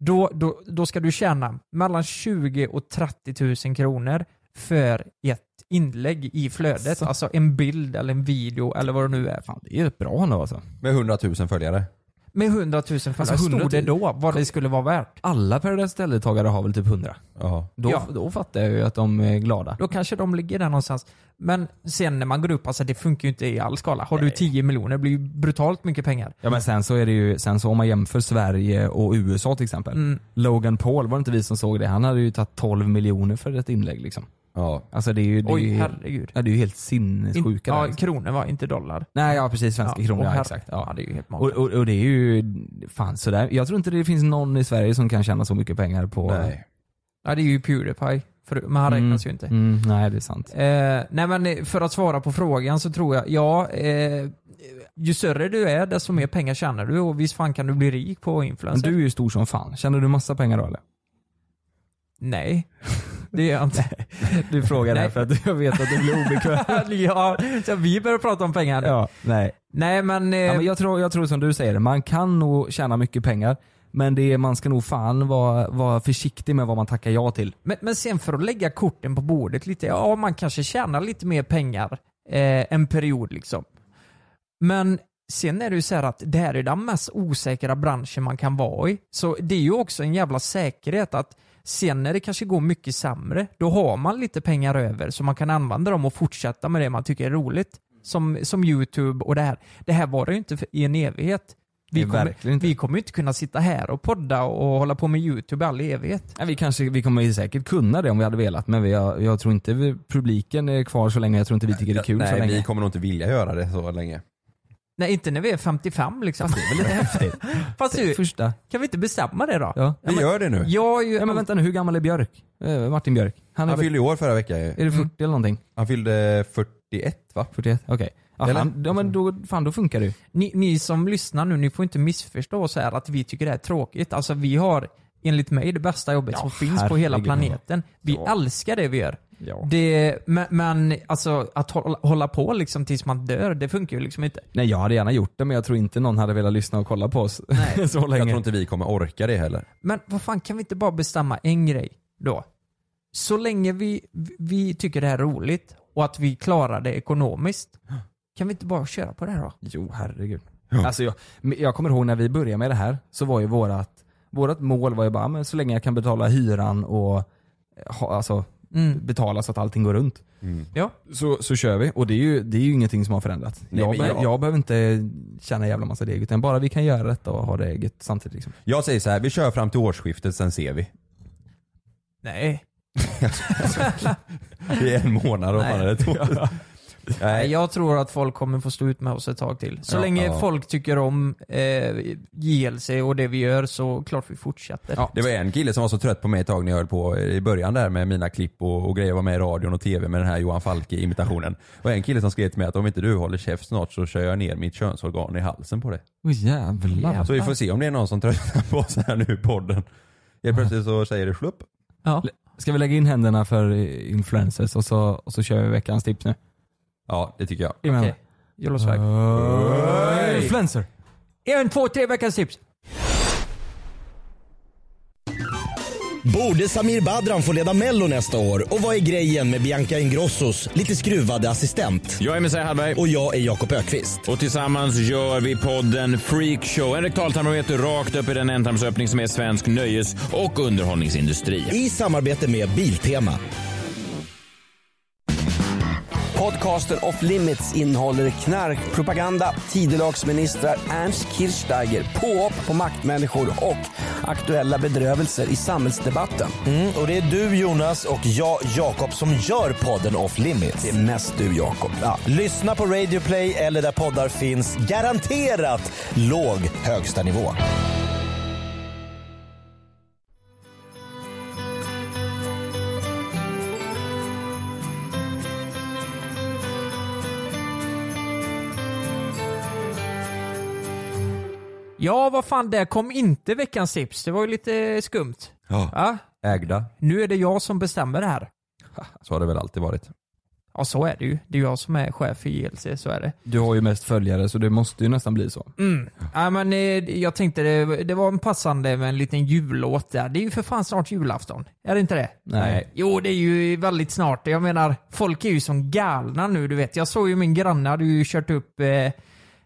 E: då, då, då ska du tjäna mellan 20 000 och 30 000 kronor för ett inlägg i flödet.
F: Så.
E: Alltså en bild eller en video eller vad det nu är.
F: Fan, det är ju bra ändå alltså.
D: Med 100 000 följare.
E: Med 100 000 följare,
F: Alltså, 100 000.
E: stod det då vad det skulle vara värt?
F: Alla Paradise Hotel-deltagare har väl typ 100?
D: Ja.
F: Då,
E: Ja.
F: då fattar jag ju att de är glada.
E: Då kanske de ligger där någonstans. Men sen när man går upp, alltså det funkar ju inte i all skala. Har du 10 miljoner blir ju brutalt mycket pengar.
F: Ja men sen så är det ju, sen så om man jämför Sverige och USA till exempel.
E: Mm.
F: Logan Paul, var det inte vi som såg det? Han hade ju tagit 12 miljoner för ett inlägg liksom.
D: ja.
F: Alltså det är ju, det är
E: Oj,
F: ju,
E: herregud.
F: ja, det är ju helt
E: In-
F: sinnessjuka där,
E: ja,
F: liksom.
E: kronor var inte dollar.
F: Nej ja precis, svenska
E: Ja,
F: kronor.
E: och
F: Ja,
E: här-
F: exakt. Ja.
E: ja, det är ju helt
F: Och,
E: magiskt.
F: och, och det är ju, fan sådär. Jag tror inte det finns någon i Sverige som kan tjäna så mycket pengar på...
D: Nej.
E: Ja, det är ju Pewdiepie, för, men han räknas ju inte.
F: Mm, nej det är sant.
E: Eh, nej men eh, för att svara på frågan så tror jag, ja, eh, ju större du är, desto mer pengar tjänar du och visst fan kan du bli rik på
F: Men
E: influencer.
F: du är ju stor som fan. Tjänar du massa pengar då eller?
E: Nej, det gör jag inte.
F: Du frågar
E: det här
F: för att jag vet att du blir obekväm.
E: ja, så vi börjar prata om pengar nu.
F: ja, nej.
E: Nej men, eh,
F: Ja, men jag, tror, jag tror som du säger, man kan nog tjäna mycket pengar. Men det är, man ska nog fan vara, vara försiktig med vad man tackar ja till.
E: men, men sen för att lägga korten på bordet lite, ja man kanske tjänar lite mer pengar eh, en period liksom. Men sen är det ju så här att det här är den mest osäkra branschen man kan vara i. Så det är ju också en jävla säkerhet att sen när det kanske går mycket sämre, då har man lite pengar över så man kan använda dem och fortsätta med det man tycker är roligt. Som, som YouTube och det här. Det här var det ju inte för, i en evighet. Vi
F: Det är verkligen
E: kommer,
F: inte.
E: vi kommer ju inte kunna sitta här och podda och hålla på med YouTube i all evighet.
F: Nej, vi, kanske, vi kommer ju säkert kunna det om vi hade velat men vi, jag, jag tror inte vi, publiken är kvar så länge. Jag tror inte vi tycker det är kul
D: Nej,
F: så länge.
D: vi kommer nog inte vilja göra det så länge.
E: Nej, inte när vi är 55 liksom. Fast det är väl lite häftigt. Fast du,
F: Första.
E: kan vi inte bestämma det då?
F: Ja.
D: Vi gör det nu.
E: Jag är ju...
F: ja men vänta nu, hur gammal är Björk? Eh, Martin Björk? Han är,
D: Han
F: väl-
D: fyllde ju år förra veckan ju.
F: är det 40 eller någonting?
D: Han fyllde 41 va?
F: 41? Okej. Ja,
D: Eller?
F: han- ja men då, fan då funkar det ju.
E: Ni, ni som lyssnar nu, ni får inte missförstå så här att vi tycker det här är tråkigt. Alltså vi har, enligt mig, det bästa jobbet som finns på hela
F: herregud.
E: planeten. Vi
F: Ja.
E: älskar det vi gör.
F: Ja.
E: Det, men, men alltså att hålla, hålla på liksom tills man dör, det funkar ju liksom inte.
F: Nej jag hade gärna gjort det men jag tror inte någon hade velat lyssna och kolla på oss så
D: Jag tror
F: länge.
D: inte vi kommer orka det heller.
E: Men vad fan, kan vi inte bara bestämma en grej då? Så länge vi, vi tycker det här är roligt och att vi klarar det ekonomiskt, kan vi inte bara köra på det här då?
F: Jo herregud. Alltså jag, men jag kommer ihåg när vi började med det här så var ju vårat, vårat mål var ju bara men så länge jag kan betala hyran och eh, ha, alltså,
E: Mm.
F: betala så att allting går runt.
D: Mm.
E: Ja.
F: så, så kör vi. Och det är ju, det är ju ingenting som har förändrats.
D: Nej,
F: jag,
D: men
F: be-
D: jag-
F: jag... behöver inte tjäna jävla massa deg utan bara vi kan göra detta och ha det eget samtidigt. Liksom.
D: Jag säger så här, vi kör fram till årsskiftet sen ser vi.
E: Nej.
D: Det är en månad och fan är det två.
E: Nej,
D: Nej,
E: jag tror att folk kommer få stå ut med oss ett tag till. Så
D: Ja,
E: länge
D: ja.
E: folk tycker om eh, JLC och det vi gör så klart vi fortsätter.
D: det var en kille som var så trött på mig ett tag när jag höll på eh, i början där med mina klipp och, och grejer, var med i radion och tv med den här Johan Falke-imitationen. Och en kille som skrev till mig att om inte du håller käft snart så kör jag ner mitt könsorgan i halsen på dig.
F: Åh jävlar.
E: Ja.
D: Så vi får se om det är någon som tröttnar på oss här nu i podden. Helt plötsligt så säger det slupp.
E: Ja.
F: Ska vi lägga in händerna för eh, influencers och så, och så kör vi veckans tips nu?
D: Ja, det tycker jag.
F: Okej.
E: Okej. Jonas Väg.
F: Influencer!
E: En, två, tre veckans tips.
A: Borde Samir Badran få leda mello nästa år? Och vad är grejen med Bianca Ingrossos lite skruvade assistent?
B: Jag är Messiah Hallberg.
A: Och jag är Jakob Ökvist.
B: Och tillsammans gör vi podden Freakshow. En rektaltarmometer rakt upp i den ändtarmsöppning som är svensk nöjes och underhållningsindustri.
A: I samarbete med Biltema.
C: Podcasten Off Limits innehåller knarkpropaganda, tidelagsministrar, Ernst Kirchsteiger, påhopp på maktmänniskor och aktuella bedrövelser i samhällsdebatten.
G: Mm, och det är du Jonas och jag Jakob som gör podden Off Limits.
C: Det är mest du Jakob.
G: Ja, lyssna på Radio Play eller där poddar finns. Garanterat låg högsta nivå.
E: Ja, vad fan, där kom inte veckans tips. Det var ju lite skumt. Ja.
D: Ägda,
E: Nu är det jag som bestämmer det här.
D: så har det väl alltid varit.
E: Ja, så är det ju. Det är jag som är chef för JLC, så är det.
F: Du har ju mest följare så det måste ju nästan bli så.
D: Mm.
E: Ja, men, eh, jag tänkte det, det var en passande med en liten jullåt där. Det är ju för fan snart julafton. Är det inte det?
F: Nej.
E: Jo, det är ju väldigt snart. Jag menar, folk är ju som galna nu, du vet. Jag såg ju min granne hade ju kört upp, eh,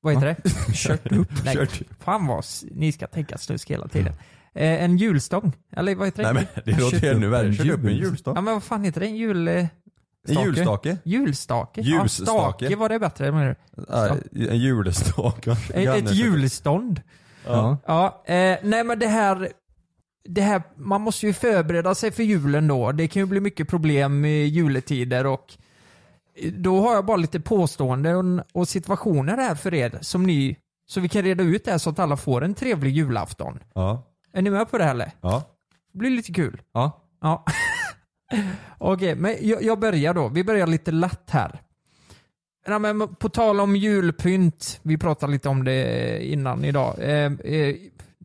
E: vad heter det? kört upp? Nej, fan vad s- ni ska tänka snusk hela tiden. Eh, en julstång, eller vad heter det?
D: Nej men det låter ju ännu värre. Kör upp en julstake.
E: Ja, men vad fan heter det? En jul... Eh,
D: En julstake?
E: julstake?
D: Ljusstake.
E: Ja, stake var det bättre. menar du?
D: Ja, En julstake.
E: Ett, ett julstånd.
F: Ja.
E: Ja, eh, nej men det här, det här, man måste ju förbereda sig för julen då. Det kan ju bli mycket problem i juletider och då har jag bara lite påståenden och situationer här för er som ni, så vi kan reda ut det här så att alla får en trevlig julafton.
D: Ja.
E: Är ni med på det här eller?
D: ja.
E: Det blir lite kul.
F: Ja.
E: Ja. Okej, men jag, jag börjar då. Vi börjar lite lätt här. Nej, men på tal om julpynt, vi pratade lite om det innan idag. Eh, eh,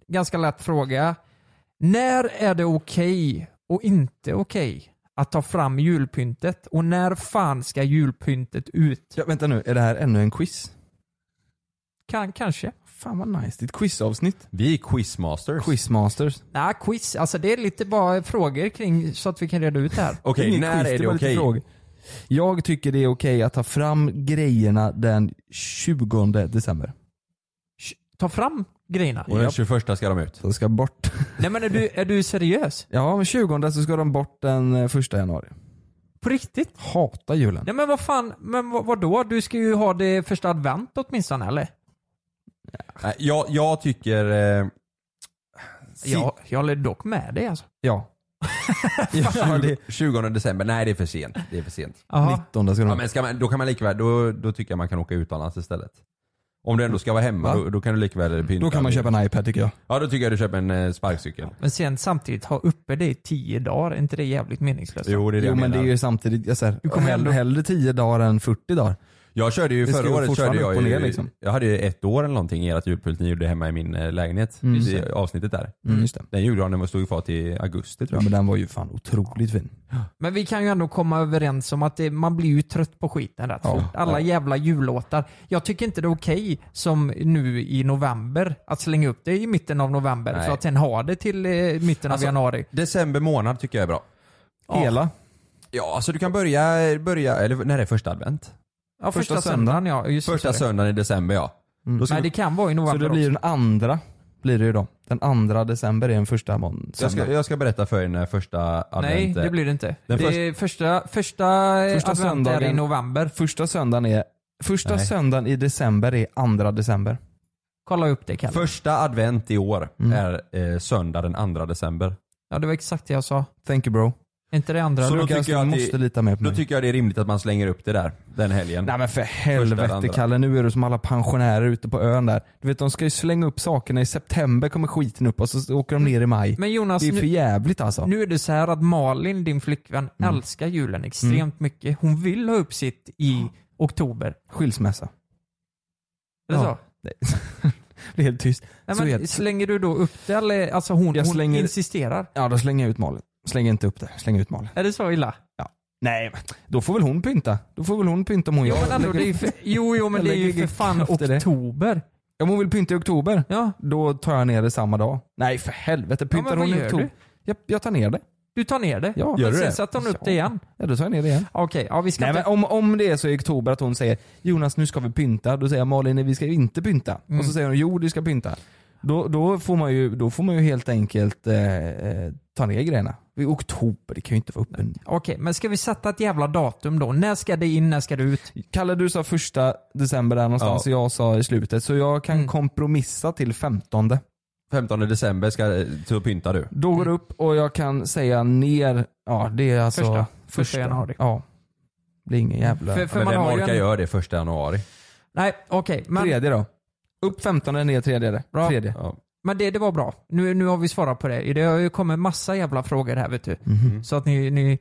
E: ganska lätt fråga. När är det okej och inte okej att ta fram julpyntet? Och när fan ska julpyntet ut?
F: Ja, vänta nu, är det här ännu en quiz?
E: Kan, kanske.
F: Fan vad nice, det är ett quizavsnitt.
D: Vi är quizmasters.
F: Quizmasters.
E: Nej, quiz. Alltså det är lite bara frågor kring så att vi kan reda ut det här.
D: Okej,
F: Ingen
D: när
F: quiz,
D: är det
F: var lite
D: okej?
F: frågor. Jag tycker det är okej att ta fram grejerna den 20 december.
E: Sh- Ta fram grejerna.
D: Och den 21 ska de ut.
F: De ska bort.
E: Nej men är du, är du seriös?
F: Ja, men 20 så ska de bort den eh, första januari.
E: På riktigt?
F: Hata julen.
E: Nej men vad fan, men vad, vadå? Du ska ju ha det första advent åtminstone eller?
D: Nej, Jag, jag tycker... Eh, si-
E: Jag, jag håller dock med dig alltså.
F: Ja.
D: 20, 20 december. Nej, det är för sent. Det är för sent.
E: Jaha.
F: 19 ska de
D: Ja, men ska man, då kan man lika väl, då, då tycker jag man kan åka utomlands istället. Om du ändå ska vara hemma,
F: Va? Mm.
D: då, då kan du lika väl pynta.
F: Då kan man köpa en iPad tycker jag.
D: Ja, då tycker jag du köper en eh, sparkcykel.
E: Men sen samtidigt ha uppe det i tio dagar, är inte det jävligt meningslöst?
D: Jo, det är det
F: Jo
D: jag
F: men det
D: menar.
F: är ju samtidigt, jag säger,
E: kommer
F: hell,
E: ändå-
F: hellre 10 dagar än 40 dagar.
D: Jag körde ju
F: Det ska
D: förra
F: ju
D: året, körde
F: fortfarande upp
D: jag,
F: och
D: ju,
F: ner, liksom.
D: jag hade ju ett år eller någonting i ert julpynt ni gjorde hemma i min eh, lägenhet. I avsnittet där.
F: Mm. Just det.
D: Den julgranen var- stod ju kvar till augusti tror
F: Ja,
D: jag.
F: men den var ju fan otroligt fin.
E: Men vi kan ju ändå komma överens om att det, man blir ju trött på skiten rätt fort. Alla jävla jullåtar. Jag tycker inte det är okej som nu i november, att slänga upp det i mitten av november
D: Nej.
E: för att sen ha det till eh, mitten
D: Alltså,
E: av januari.
D: December månad tycker jag är bra.
F: Hela.
D: Ja, alltså du kan börja, börja eller när är första advent?
E: Ja, första,
F: första
E: söndagen ja. Just det,
D: Första
E: sorry.
D: söndagen i december ja. Då ska
E: Nej det kan vara i
F: Så
E: november
F: det blir den andra, blir det ju då. Den andra december är den första mån-
D: jag, ska,
F: söndagen.
D: jag ska berätta för er när första
E: också.
D: advent
E: Nej
D: är.
E: det blir det inte.
D: Den
E: det är första, första, eh,
F: Första
E: advent är i
F: söndagen.
E: november.
F: Första söndagen är, första
D: Nej.
F: söndagen i december är andra december.
E: Kolla upp det Kalle.
D: Första advent i år är eh, söndag den 2 december.
E: Ja det var exakt det jag sa.
F: Thank you bro.
E: Är inte det andra?
D: Så
E: du-
D: då
F: Lukas,
D: tycker jag
F: du
D: att det-
F: måste lita mer på
D: Då
F: mig.
D: tycker jag det är rimligt att man slänger upp det där den helgen.
F: Nej men för
D: eller
F: helvete
D: andra.
F: Kalle, nu är du som alla pensionärer ute på ön där. Du vet de ska ju slänga upp sakerna i september kommer skiten upp och så åker de ner i maj.
E: Men Jonas,
F: det är
E: nu-
F: för jävligt alltså.
E: Nu är det så här att Malin, din flickvän,
F: Mm.
E: älskar julen extremt mycket. Hon vill ha upp sitt i oktober.
F: Skilsmässa.
E: Är
F: Ja.
E: det så?
F: Det är helt tyst.
E: Nej,
F: så är
E: men
F: det.
E: slänger du då upp det eller? Alltså hon,
F: Jag
E: hon
F: slänger-
E: insisterar.
F: Ja då slänger jag ut Malin. Släng inte upp det, släng ut Malin.
E: Är det så illa?
F: Nej, men då får väl hon pynta. Då får väl hon pynta om hon
E: Jo
F: gör
E: men ändå, det är ju för, jo, jo,
F: Jag
E: men det är ju
F: lägger
E: för fan
F: kraft i det.
E: oktober.
F: Om hon vill pynta i oktober,
E: Ja.
F: då tar jag ner det samma dag. Nej för helvete,
E: Ja,
F: pyntar
E: men vad
F: hon i
E: gör
F: oktober? Jag, jag tar ner det.
E: Du tar ner det.
F: Ja,
E: Men
F: gör du
E: sen
F: det?
E: sätter hon upp
F: Ja.
E: det igen.
F: Ja då tar jag ner det igen.
E: Okej, ja vi ska
F: Nej, men
E: inte...
F: om, om det är så i oktober att hon säger Jonas nu ska vi pynta, då säger jag Malin nej, vi ska ju inte pynta.
E: Mm.
F: Och så säger hon jo du ska pynta. Då, då, får, man ju, då får man ju helt enkelt eh, eh, ta ner grejerna. I oktober, det kan ju inte vara öppen.
E: Okej, men ska vi sätta ett jävla datum då? När ska det in, när ska det ut?
F: Kalle du sa första december där någonstans och jag sa i slutet, så jag kan
E: Mm.
F: kompromissa till 15.
D: 15 december ska, så pyntar du.
F: Då
E: Mm.
F: går det upp och jag kan säga ner, ja det är alltså
E: Första. Första januari.
F: Ja. Det är ingen jävla...
E: För, för
D: men
E: man
D: vem
E: har ju
D: orkar
E: en...
D: göra det första januari?
E: Nej, okej. men
F: Tredje då. Upp 15 ner tredje.
E: Bra.
F: tredje.
D: Ja.
E: Men det, det var bra. Nu, nu har vi svarat på det. Det har ju kommit massa jävla frågor här vet du.
F: Mhm.
E: Så att ni, ni...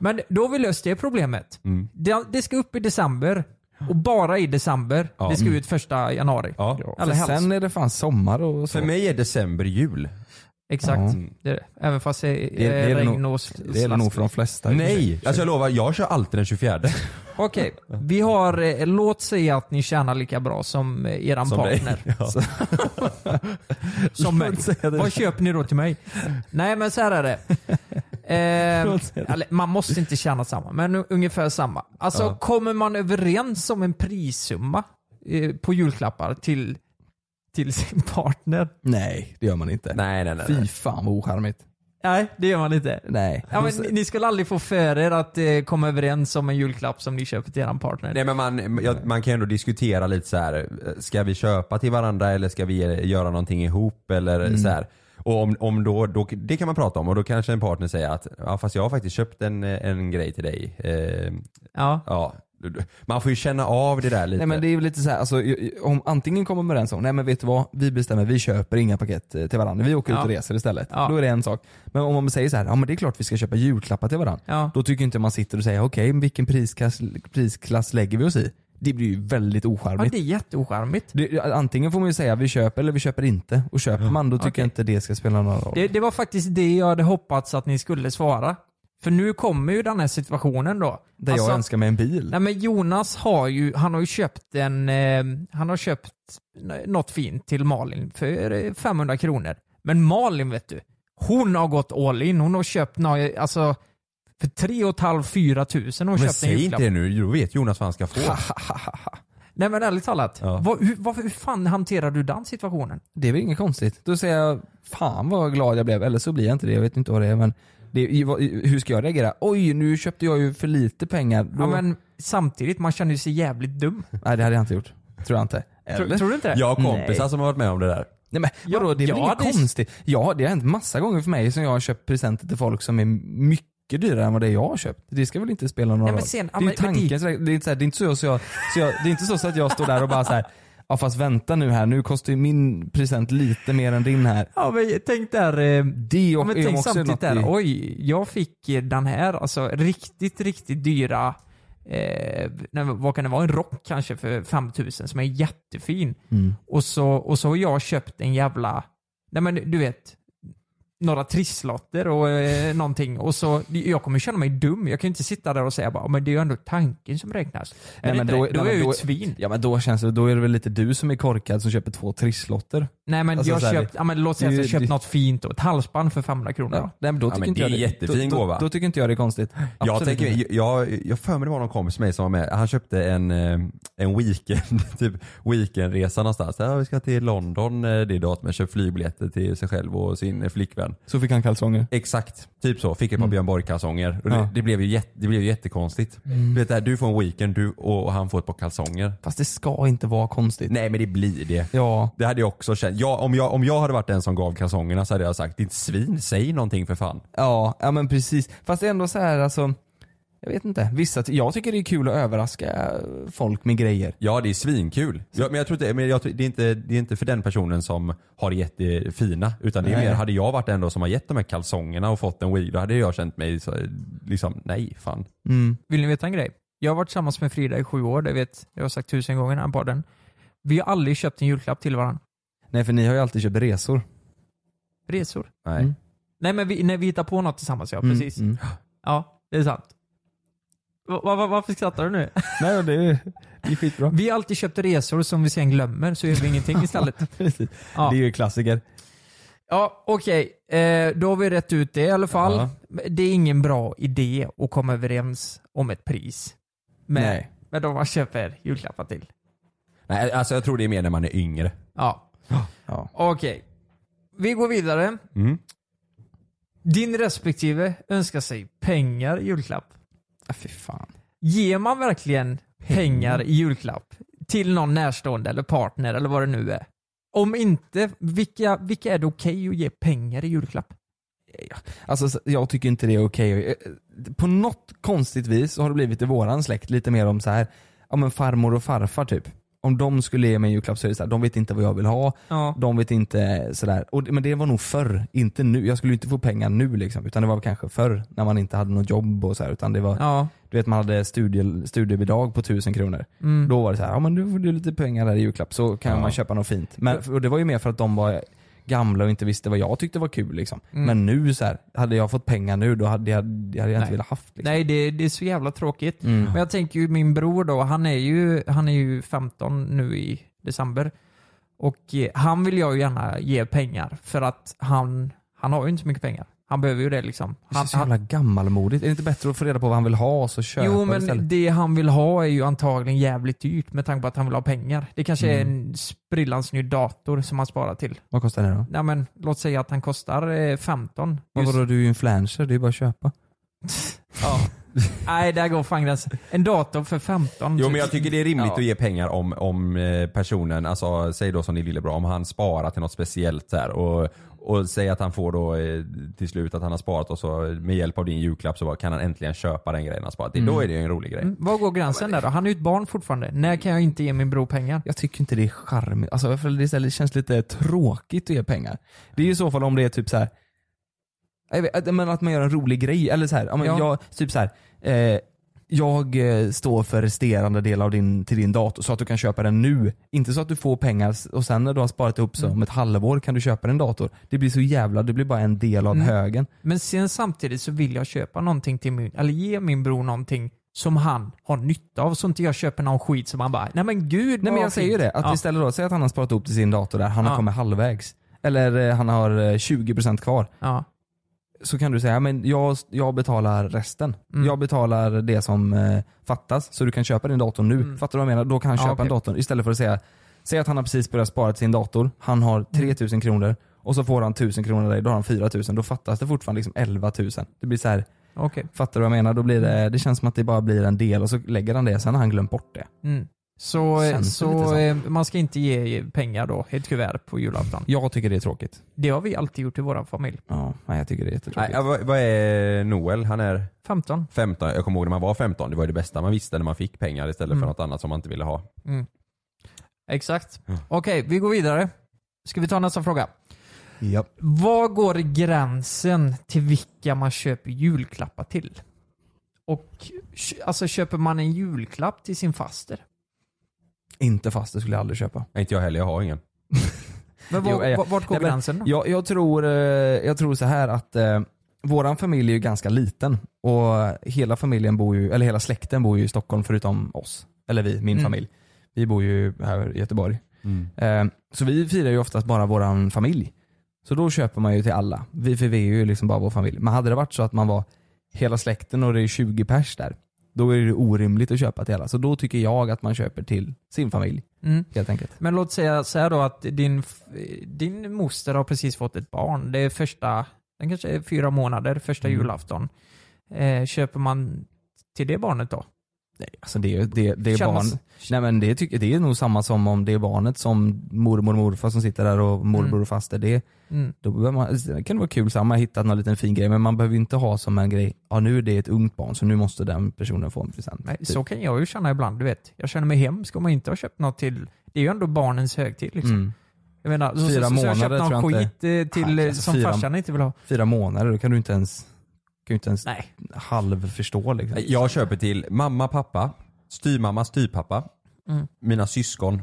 E: Men då har vi löst det problemet.
F: Mm.
E: Det, det ska upp i december. Och bara i december. Det ska ut första januari.
D: Ja.
E: Eller
F: Mm. För
E: helst.
F: sen är det fan sommar och så.
D: För mig är december jul.
E: Exakt.
F: Ja.
E: Det är det. Även fast det är,
F: det är det
E: regn
F: nog-
E: och s-
F: det är det nog
E: slask.
F: för de flesta.
D: Nej! Alltså jag lovar, jag kör alltid den 24.
E: Okej, vi har, eh, låt säga att ni tjänar lika bra som eh, eran
D: Som dig.
E: partner. som mig. Vad köper ni då till mig? Nej men så här är det. Eh, eller, man måste inte tjäna samma, men u- ungefär samma. Alltså kommer man överens om en prissumma eh, på julklappar till, till sin partner?
F: Nej, det gör man inte.
D: nej, nej, nej.
F: Fy fan vad ocharmigt.
E: Nej, det gör man inte.
F: Nej.
E: Ja, men, ni, ni skulle aldrig få för er att eh, komma överens om en julklapp som ni köper till eran partner.
D: Nej men man, jag, man kan ju ändå diskutera lite så här. ska vi köpa till varandra eller ska vi eh, göra någonting ihop eller
F: Mm.
D: så här. Och om, om då, då, det kan man prata om och då kanske en partner säger att ja fast jag har faktiskt köpt en, eh, en grej till dig. Eh,
E: Ja.
D: ja. Man får ju känna av det där lite.
F: Nej men det är ju lite såhär, alltså, ju- om antingen kommer man överens om, nej men vet du vad, vi bestämmer, vi köper inga paket eh, till varandra, vi åker
E: Ja.
F: ut och reser istället.
E: Ja.
F: Då är det en sak. Men om man säger så här, ja men det är klart vi ska köpa julklappar till varandra.
E: Ja.
F: Då tycker inte man sitter och säger, okej men vilken prisklass, prisklass lägger vi oss i? Det blir ju väldigt
E: Ja,
F: ocharmigt.
E: det är jätteocharmigt.
F: Det, antingen får man ju säga vi köper eller vi köper inte. Och köper man då tycker
E: Okej.
F: jag inte det ska spela någon roll.
E: Det, det var faktiskt det jag hade hoppats att ni skulle svara. För nu kommer ju den här situationen då.
F: Där
E: Alltså-
F: jag önskar mig en bil.
E: Nej men Jonas har ju, han har ju köpt en, eh, han har köpt n- något fint till Malin för eh, 500 kronor. Men Malin vet du, hon har gått all in. Hon har köpt några, alltså för 3 500 4 tusen har hon
D: Men
E: köpt en
D: säg inte
E: julklapp.
D: det nu, då vet Jonas vad han ska få.
E: Nej men ärligt talat, vad, hur, vad, hur fan hanterar du den situationen?
F: Det är väl inget konstigt. Då säger jag fan vad glad jag blev. Eller så blir jag inte det. Jag vet inte vad det är. Men det, i- vad- i- hur ska jag reagera? Oj, nu köpte jag ju för lite pengar. Då,
E: Ja, men samtidigt, man känner ju sig jävligt dum.
F: Nej det hade jag inte gjort. Tror jag inte.
E: Tror, tror du inte det?
D: Jag har kompisar som har varit med om det där.
F: Nej men
E: Ja,
F: vadå, det är väl
E: ja,
F: inget
E: det är-
F: konstigt? Ja, det har hänt massa gånger för mig som jag har köpt presenter till folk som är mycket dyrare än vad det jag har köpt. Det ska väl inte spela någon
E: Nej, men
F: roll?
E: sen-
F: det
E: ja,
F: är ju
E: men- men det-
F: tanken, så det... Det, är inte så här, det är inte så, så, jag, så jag, det är inte så, så att jag står där och bara så här. Ja fast vänta nu här, nu kostar ju min present lite mer än din här.
E: Ja men tänk där, eh,
F: Det
E: ja,
F: och,
E: men
F: är
E: tänk
F: också
E: samtidigt
F: något
E: där,
F: i-
E: oj, jag fick eh, den här, alltså riktigt, riktigt dyra, eh, nej, vad kan det vara, en rock kanske för 5000 som är jättefin.
F: Mm.
E: Och, så, och så har jag köpt en jävla, nej men du vet, några trisslotter och eh, någonting. Och så, jag kommer känna mig dum. Jag kan ju inte sitta där och säga bara, men det är ju ändå tanken som räknas. Nej, men då, då är
F: nej,
E: jag
F: men
E: ju
F: då-
E: ett svin.
F: Ja men då känns det, då är det väl lite du som är korkad som köper två trisslotter.
E: Nej men
F: Alltså,
E: jag
F: så här,
E: köpt, ja, men låt säga att
F: det-
E: jag köpt
F: det-
E: något fint och ett halsband för 500 kronor.
F: Ja. Nej, men då tycker
D: men
F: inte
D: det
F: jag
D: är jättefin
F: då,
D: gåva.
F: Då, då tycker inte jag det är konstigt.
D: Jag,
F: Absolut inte.
D: tänker, jag, jag för mig det var någon kompis med mig som var med. Han köpte en, eh, en weekend, typ weekendresa någonstans. Ja, vi ska till London eh, det datumet. Köp flygbiljetter till sig själv och sin eh, flickvän.
F: Så fick han kalsonger.
D: Exakt, typ så. Fick ett par Björn Borg-kalsonger. Och
F: Mm. Ja. Mm.
D: Det, det, blev ju jätte, det blev ju jättekonstigt. Du, vet, det här, du får en weekend du, och, och han får ett par kalsonger.
F: Fast det ska inte vara konstigt.
D: Nej men det blir det.
F: Ja.
D: Det hade jag också känt. Jag, om, jag, om jag hade varit den som gav kalsongerna så hade jag sagt ditt svin, säg någonting för fan.
F: Ja, ja men precis. Fast ändå så här alltså. Jag vet inte. Vissa, jag tycker det är kul att överraska folk med grejer.
D: Ja det är svinkul. Ja, men jag tror inte, men jag, tror- det, är inte, det är inte för den personen som har gett det fina. Utan det är
F: Nej.
D: mer, hade jag varit den då som har gett de här kalsongerna och fått en weed då hade jag känt mig så, liksom, nej fan.
F: Mm.
E: Vill ni veta en grej? Jag har varit tillsammans med Frida i sju år, det vet jag har sagt tusen gånger i den här podden. Vi har aldrig köpt en julklapp till varandra.
F: Nej för ni har ju alltid köpt resor.
E: Resor.
D: Nej.
F: Mm.
E: Nej men vi, när vi hittar på något tillsammans ja, precis.
F: Mm.
E: Ja, det är sant. Va, va, va- varför skrattar du nu?
F: Nej men det är, det är skitbra.
E: Vi har alltid köpt resor som vi sen glömmer, så gör vi ingenting istället.
F: Precis.
E: Ja.
F: Det är ju klassiker.
E: Ja, okej. Eh, då har vi rätt ut det i alla fall.
D: Ja.
E: Det är ingen bra idé att komma överens om ett pris med,
F: Nej.
E: med de man köper julklappar till.
D: nej. Alltså jag tror det är mer när man är yngre.
E: Ja.
F: Ja.
E: Okej. Vi går vidare.
D: Mm.
E: Din respektive önskar sig pengar i julklapp.
F: Ah, fy fan.
E: Ger man verkligen pengar i julklapp till någon närstående eller partner eller vad det nu är? Om inte, vilka, vilka är det okej att ge pengar i julklapp?
F: Alltså så- jag tycker inte det är okej. Eh, På något konstigt vis så har det blivit i våran släkt lite mer om så här, ja men farmor och farfar typ. Om de skulle ge mig en julklapp så är det så här, de vet inte vad jag vill ha.
E: Ja.
F: De vet inte sådär. Och, det- men det var nog förr, inte nu. Jag skulle ju inte få pengar nu liksom. Utan det var kanske förr när man inte hade något jobb och så här, Utan det var,
E: Ja.
F: du vet man hade studie, studiebidrag på 1000 kronor.
E: Mm.
F: Då var det så här, ja men nu får du lite pengar här i julklapp så kan man köpa något fint. Men, och det var ju mer för att de var gamla och inte visste vad jag tyckte var kul liksom.
E: Mm.
F: Men nu så här, hade jag fått pengar nu då hade jag, det hade jag inte
E: Nej.
F: velat haft. Liksom.
E: Nej, det, det är så jävla tråkigt.
F: Mm.
E: Men jag tänker ju min bror då, han är ju, han är ju 15 nu i december. Och eh, han vill jag ju gärna ge pengar för att han, han har ju inte så mycket pengar. Han behöver ju det liksom.
F: Det är
E: Han,
F: så
E: han,
F: jävla gammalmodigt. Är det inte bättre att få reda på vad han vill ha och så köpa
E: jo
F: det istället?
E: men det han vill ha är ju antagligen jävligt dyrt med tanke på att han vill ha pengar. Det kanske är
F: Mm.
E: en sprillans ny dator som han sparar till.
F: Vad kostar det då?
E: Nej men låt säga att han kostar eh, 15.
F: Men
E: Just-
F: vadå, du är ju influencer, det är ju bara att köpa.
E: Ja. Nej, där går fan gränsen. En dator för 15.
D: Jo
E: typ.
D: men jag tycker det är rimligt
E: Ja.
D: att ge pengar om, om eh, personen, alltså säg då som din lillebror, om han sparar till något speciellt där och, och säg att han får då eh, till slut att han har sparat och så med hjälp av din julklapp så bara kan han äntligen köpa den grejen han har sparat. till. Då är det ju en rolig grej.
E: Mm, Var går gränsen där då? Han är ju ett barn fortfarande. När kan jag inte ge min bror pengar?
F: Jag tycker inte det är charmigt. Alltså, för det, är så här- det känns lite tråkigt att ge pengar. Det är ju i så fall om det är typ så här. Jag vet, att- men att man gör en rolig grej. Eller så här, ja, men
E: Ja.
F: jag, typ så här eh, jag eh, står för resterande del av din, till din dator så att du kan köpa den nu. Inte så att du får pengar s- och sen när du har sparat ihop
E: Mm.
F: så om ett halvår kan du köpa en dator. Det blir så jävla, det blir bara en del
E: Mm.
F: av högen.
E: Men sen samtidigt så vill jag köpa någonting till min, eller ge min bror någonting som han har nytta av så inte jag köper någon skit som han bara, nej men gud
F: Nej men
E: vad
F: jag säger ju
E: fint."
F: det, att
E: ja.
F: istället då, säg att han har sparat ihop till sin dator där, han har
E: Ja.
F: kommit halvvägs. Eller eh, han har eh, 20% kvar.
E: Ja.
F: så kan du säga men jag, jag betalar resten.
E: Mm.
F: Jag betalar det som eh, fattas så du kan köpa din dator nu.
E: Mm.
F: Fattar du vad jag menar? Då kan han
E: Ja,
F: köpa
E: okej.
F: en dator istället för att säga, säg att han har precis börjat spara till sin dator, han har 3000 kronor och så får han 1000 kronor av dig, då har han 4000. Då fattas det fortfarande liksom 11 000. Det blir så här,
E: Okej.
F: fattar du vad jag menar? Då blir det, det känns som att det bara blir en del och så lägger han det, sen har han glömt bort det.
E: Mm. Så, eh,
F: Känns det lite
E: så
F: så?
E: eh, man ska inte ge pengar då, ett kuvert på julafton.
F: Jag tycker det är tråkigt.
E: Det har vi alltid gjort i vår familj.
F: Ja, nej, jag tycker det är
D: Nej,
F: jättetråkigt.
D: ja, vad, vad är Noel? Han är
E: 15.
D: 15. Jag kommer ihåg när man var 15. Det var ju det bästa man visste när man fick pengar istället
E: Mm.
D: för något annat som man inte ville ha.
E: Exakt. Okej, vi går vidare. Ska vi ta nästa fråga?
F: Ja.
E: Var går gränsen till vilka man köper julklappar till? Och kö- alltså köper man en julklapp till sin faster?
F: Inte fast, det skulle jag aldrig köpa.
D: Nej, Inte jag heller, jag har ingen.
E: Men
F: Jo,
E: var,
F: eh,
E: var- vart går
F: nej, men
E: gränsen då?
F: Jag, jag, tror, eh, jag tror så här att eh, våran familj är ju ganska liten och hela familjen bor ju, eller hela släkten bor ju i Stockholm förutom oss. Eller vi, min
E: Mm.
F: familj. Vi bor ju här i Göteborg. Eh, så vi firar ju oftast bara våran familj. Så då köper man ju till alla. Vi, för vi är ju liksom bara vår familj. Men hade det varit så att man var hela släkten och det är 20 pers där, då är det orimligt att köpa till alla. Så då tycker jag att man köper till sin familj
E: Mm.
F: helt enkelt.
E: Men låt säga så här då att din, f- din moster har precis fått ett barn. Det är första, den kanske är fyra månader, första
F: Mm.
E: julafton. Eh, köper man till det barnet då?
F: Alltså det är, det, det är
E: Känner man-
F: barn. Nej men det, tycker, det är nog samma som om det är barnet som mormor och morfar som sitter där och morbror
E: Mm.
F: och faster. Det,
E: Mm.
F: då behöver man, det kan vara kul, samma hittat någon liten fin grej men man behöver ju inte ha som en grej, ja nu är det ett ungt barn så nu måste den personen få en present.
E: Nej,
F: Typ.
E: Så kan jag ju känna ibland, du vet. Jag känner mig hemsk om jag inte har köpt något till. Det är ju ändå barnens högtid liksom.
F: mm.
E: Jag menar, så,
F: Fyra
E: så, så, så jag
F: månader
E: köpt någon
F: tror jag inte-
E: skit eh, till,
F: Nej,
E: eh,
F: alltså
E: som
F: fyra-
E: farsan inte vill ha.
F: Fyra månader, då kan du inte ens, kan ju inte ens
E: Nej.
F: halvförstå liksom.
D: Jag köper till mamma, pappa, styvmamma, styvpappa,
E: Mm.
D: mina syskon.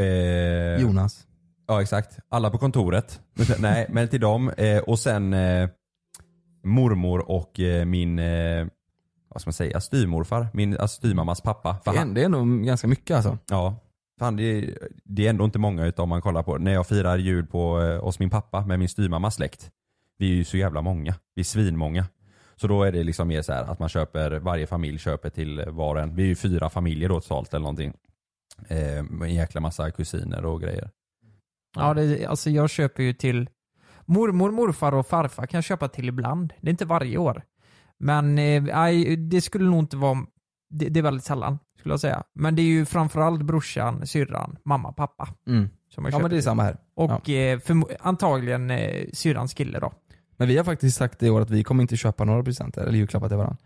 D: Eh,
F: Jonas.
D: Ja exakt. Alla på kontoret. Men sen- Nej men till dem. Eh, och sen eh, mormor och eh, min, eh, vad ska man säga, styrmorfar. Min alltså, styrmammas pappa. För
F: Det är,
D: han,
F: det är nog ganska mycket alltså.
D: ja, fan, det, är- det är ändå inte många utav om man kollar på det. När jag firar jul på, eh, hos min pappa med min styrmammas släkt. Vi är ju så jävla många. Vi är svinmånga. Så då är det liksom mer så här att man köper, varje familj köper till var och en. Vi är ju fyra familjer då totalt eller någonting. Eh, med en jäkla massa kusiner och grejer.
E: Ja, det, alltså jag köper ju till mormor, morfar och farfar kan jag köpa till ibland. Det är inte varje år. Men eh, nej, det skulle nog inte vara, det, det är väldigt sällan skulle jag säga. Men det är ju framförallt brorsan, syrran, mamma, pappa
F: Mm.
E: som jag
F: Ja
E: köper
F: men det är
E: till.
F: samma här.
E: Och eh, förmo- antagligen eh, syrrans kille då.
F: Men vi har faktiskt sagt i år att vi kommer inte köpa några presenter eller julklappar till varandra.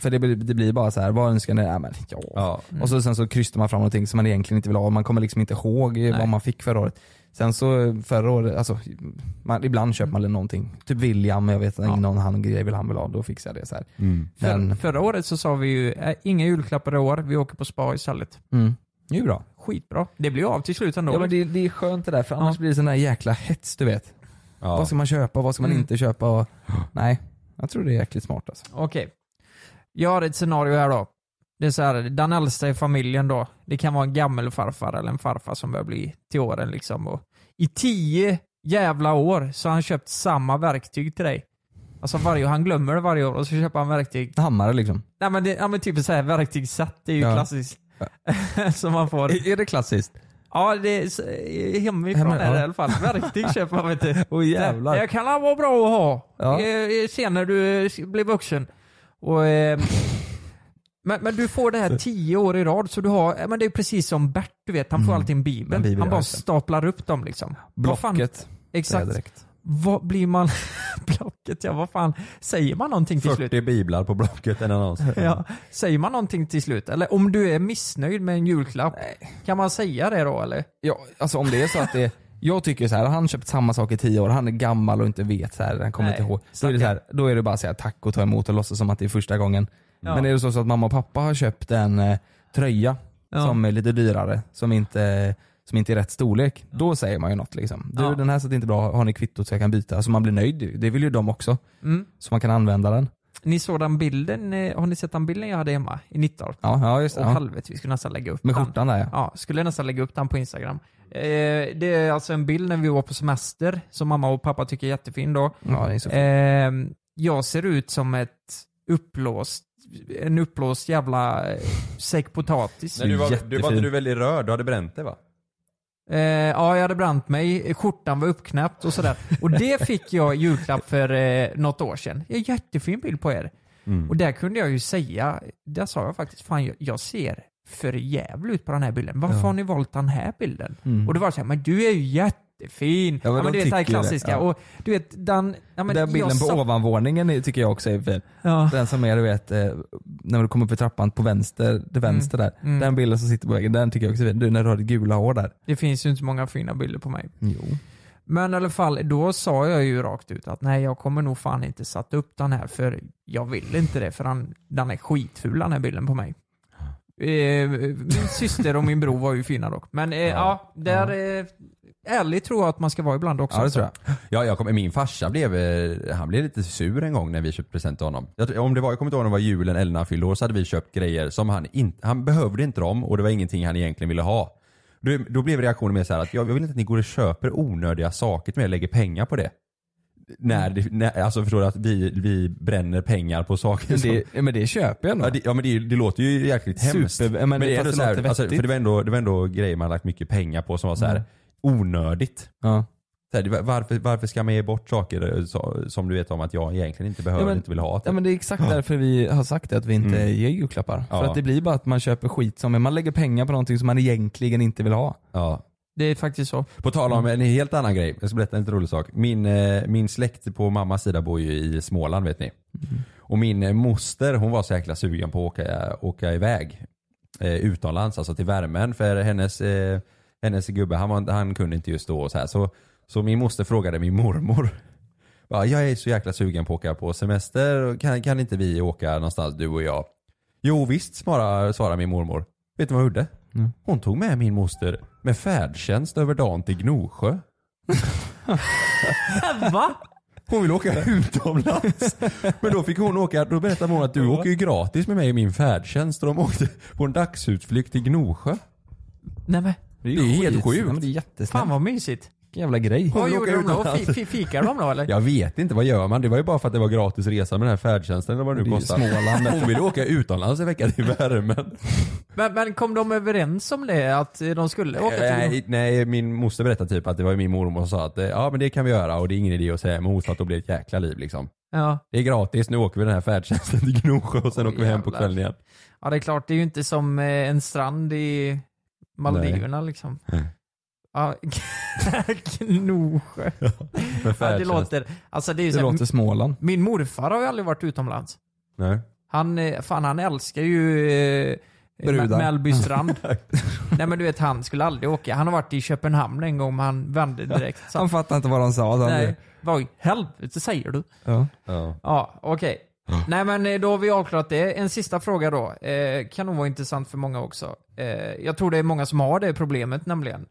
F: För det blir, det blir bara så här, vad önskar ni? Ja, men, ja.
D: Ja.
E: Mm.
F: Och så, sen så krystar man fram någonting som man egentligen inte vill ha och man kommer liksom inte ihåg vad man fick förra året. Sen så förra året, alltså, man, ibland köper man någonting. Typ William, jag vet
E: Mm. Ja. Mm.
F: inte, någon han grej vill han vill ha, då fixar jag det så här.
E: För,
F: Men,
E: Förra året så sa vi ju, eh, inga julklappar i år, vi åker på spa istället.
F: mm, det är ju bra.
E: Skitbra. Det blir ju av till slut ändå.
F: Ja men det, det är skönt det där för annars blir det sån där jäkla hets du vet.
D: Ja.
F: Vad ska man köpa, vad ska man
E: Mm.
F: inte köpa? Och, nej, jag tror det är jäkligt smart alltså.
E: Okej. Jag har ett scenario här då. Det är så här, den äldsta i familjen då, det kan vara en gammelfarfar eller en farfar som börjar bli till åren liksom. Och I tio jävla år så har han köpt samma verktyg till dig. Alltså varje år, han glömmer det varje år och så köper han verktyg.
F: Hammare liksom.
E: Nej men, det, ja, men typ så här verktygsset, det är ju
F: Ja.
E: klassiskt. som man får.
F: Är, är det klassiskt?
E: Ja, det är s- hemifrån
F: Hemma,
E: är det
F: ja.
E: i alla fall. Verktyg köper man vet du.
F: Åh jävlar.
E: Det kan vara bra att ha
F: Ja.
E: eh, sen när du eh, blir vuxen. Och, eh, men, men du får det här tio år i rad, så du har, eh, men det är precis som Bert, du vet, han får alltid en bibel.
F: Mm. En bibel,
E: han
F: ja,
E: bara
F: just det.
E: staplar upp dem liksom. Vad fan-
F: Blocket. säger jag
E: Exakt.
F: direkt.
E: Vad blir man... Blocket, ja vad fan. Säger man någonting till slut?
D: 40 biblar på Blocket en annons.
E: Ja, säger man någonting till slut? Eller om du är missnöjd med en julklapp, kan man säga det då eller?
F: Ja, alltså om det är så att det Jag tycker så här, han har köpt samma sak i tio år, han är gammal och inte vet så här, han kommer
E: Nej,
F: inte ihåg. Då är, det så här, då är det bara att säga tack och ta emot och låtsas som att det är första gången. Men är det så så att mamma och pappa har köpt en eh, tröja
E: Ja.
F: som är lite dyrare, som inte, som inte är rätt storlek. Då säger man ju något liksom. Du
E: Ja.
F: den här satt inte bra, har ni kvittot så jag kan byta? Alltså man blir nöjd ju. det vill ju de också.
E: Mm.
F: Så man kan använda den.
E: Ni såg den bilden, eh, har ni sett den bilden jag hade hemma i Nittorp?
F: Ja, ja just det.
E: Och
F: Ja.
E: helvete, vi skulle nästan lägga upp
F: Med
E: den.
F: skjortan där ja.
E: Ja, skulle nästan lägga upp den på Instagram. Eh, det är alltså en bild när vi var på semester, som mamma och pappa tycker är jättefin då.
F: ja det är så
E: Eh, jag ser ut som ett uppblåst, en uppblåst jävla eh, säck potatis.
D: Nej, du, var, du var
F: Jättefin.
D: inte du väldigt röd? Du hade bränt dig va?
E: Eh, ja, jag hade bränt mig, skjortan var uppknäppt och sådär. Och det fick jag i julklapp för eh, något år sedan. En jättefin bild på er.
F: Mm.
E: Och där kunde jag ju säga, där sa jag faktiskt, fan jag, jag ser för jävligt ut på den här bilden. Varför har ni valt den här bilden? Och det var såhär, men du är ju jättefin. Ja,
F: Mm. men
E: men,
F: de
E: du vet det här
F: tycker ju det,
E: klassiska.
F: ja.
E: Och du vet den... Ja, men
F: Den
E: jag
F: bilden på
E: sa-
F: ovanvåningen är- tycker jag också är fin.
E: Ja.
F: Den som är du vet, eh, när du kommer upp för trappan på vänster, till vänster där. Den bilden som sitter på väggen, den tycker jag också är fin. Du när du har ditt gula hår där.
E: Det finns ju inte så många fina bilder på mig. Men i alla fall, då sa jag ju rakt ut att nej jag kommer nog fan inte sätta upp den här för jag vill inte det för han, den är skitful den här bilden på mig. Eh, Min syster och min bror var ju fina dock. Men eh, ja, där... eh, Ärlig tror jag att man ska vara ibland också.
F: Ja det tror jag.
D: Ja, jag kom, min farsa blev, eh, han blev lite sur en gång när vi köpte present till honom. Jag, tror- om det var, jag kommer inte ihåg om det var julen eller när han fyllde år så hade vi köpt grejer som han inte, han behövde inte dem och det var ingenting han egentligen ville ha. Då, då blev reaktionen mer så här att jag, jag vill inte att ni går och köper onödiga saker till mig och lägger pengar på det. När, det- när, alltså förstår du att vi, vi bränner pengar på saker som...
F: Det, ja, men det köper jag nog.
D: Ja det, ja, men det, är ju- det låter ju jäkligt
F: Super-
D: hemskt.
F: ja, men det-
D: det är
F: fast
D: ändå
F: det
D: så här,
F: låter
D: alltså,
F: vettigt. Mm.
D: för det var, ändå, det var ändå grejer man lagt mycket pengar på som var så här onödigt.
F: Ja.
D: Så här, det var- varför, varför ska man ge bort saker eh, så, som du vet om att jag egentligen inte behöver,
F: Ja, men-
D: inte vill ha? typ?
F: Ja men det är exakt därför vi har sagt det, att vi inte
D: Mm.
F: ger julklappar. För
D: Ja.
F: att det blir bara att man köper skit som, man lägger pengar på någonting som man egentligen inte vill ha.
D: ja.
E: Det är faktiskt så.
D: På tal om en helt annan grej, jag ska berätta en lite rolig sak. Min, eh, min släkt på mammas sida bor ju i Småland vet ni. Och min eh, moster hon var så jäkla sugen på att åka, åka iväg eh, utomlands, alltså till värmen. För hennes, eh, hennes gubbe han, var, han kunde inte just då. Och så, här. Så, så min moster frågade min mormor. "Ja, Jag är så jäkla sugen på att åka på semester, kan, kan inte vi åka någonstans du och jag? Jo visst svarade, svarade min mormor. Vet du vad hon gjorde? Hon tog med min moster med färdtjänst över dagen till Gnosjö.
E: Va?
D: Hon vill åka utomlands. Men då fick hon åka, då berättade hon att du åker ju gratis med mig och min färdtjänst. Och de åkte på en dagsutflykt till Gnosjö.
E: Nej men,
F: Det är,
D: ju helt sjukt.
F: Ja, men det är jättesnällt.
E: fan vad mysigt.
F: jävla grej.
E: Vad
D: vill
E: gjorde
D: åka
E: de då?
D: utomlands.
E: Fi- fi- Fikar de då eller?
D: Jag vet inte, vad gör man? Det var ju bara för att det var gratis resa med den här färdtjänsten eller vad det nu kostar. Hon ville åka utomlands en vecka till värmen.
E: Men, men kom de överens om det? Att eh, de skulle åka till...
D: Nej, nej, min moster berättade typ att det var min mormor som sa att eh, ja men det kan vi göra och det är ingen idé att säga emot för att då blir det ett jäkla liv liksom.
E: Ja.
D: Det är gratis, nu åker vi den här färdtjänsten till Gnosjö och sen
E: Åh,
D: åker vi hem på
E: jävlar.
D: kvällen igen.
E: Ja det är klart, det är ju inte som eh, en strand i Maldiverna liksom. Ja, Gnosjö.
D: Med
E: Ja, det
D: färdtjänst.
E: låter, alltså det är ju
F: Det
E: så här,
F: låter Småland.
E: Min morfar har ju aldrig varit utomlands.
D: Nej.
E: Han, eh, fan han älskar ju eh,
F: Brudar.
E: Ma- Mellby strand. Nej men du vet han skulle aldrig åka. Han har varit i Köpenhamn en gång men han vände direkt. Så,
F: Han fattar inte vad de sa. Så han
E: nej,
F: blev-
E: vad i helvete säger du?
F: Ja.
D: Ja.
E: Ja, okej. Nej men eh, då har vi avklarat det. En sista fråga då. Eh, kan nog vara intressant för många också. Eh, jag tror det är många som har det problemet nämligen.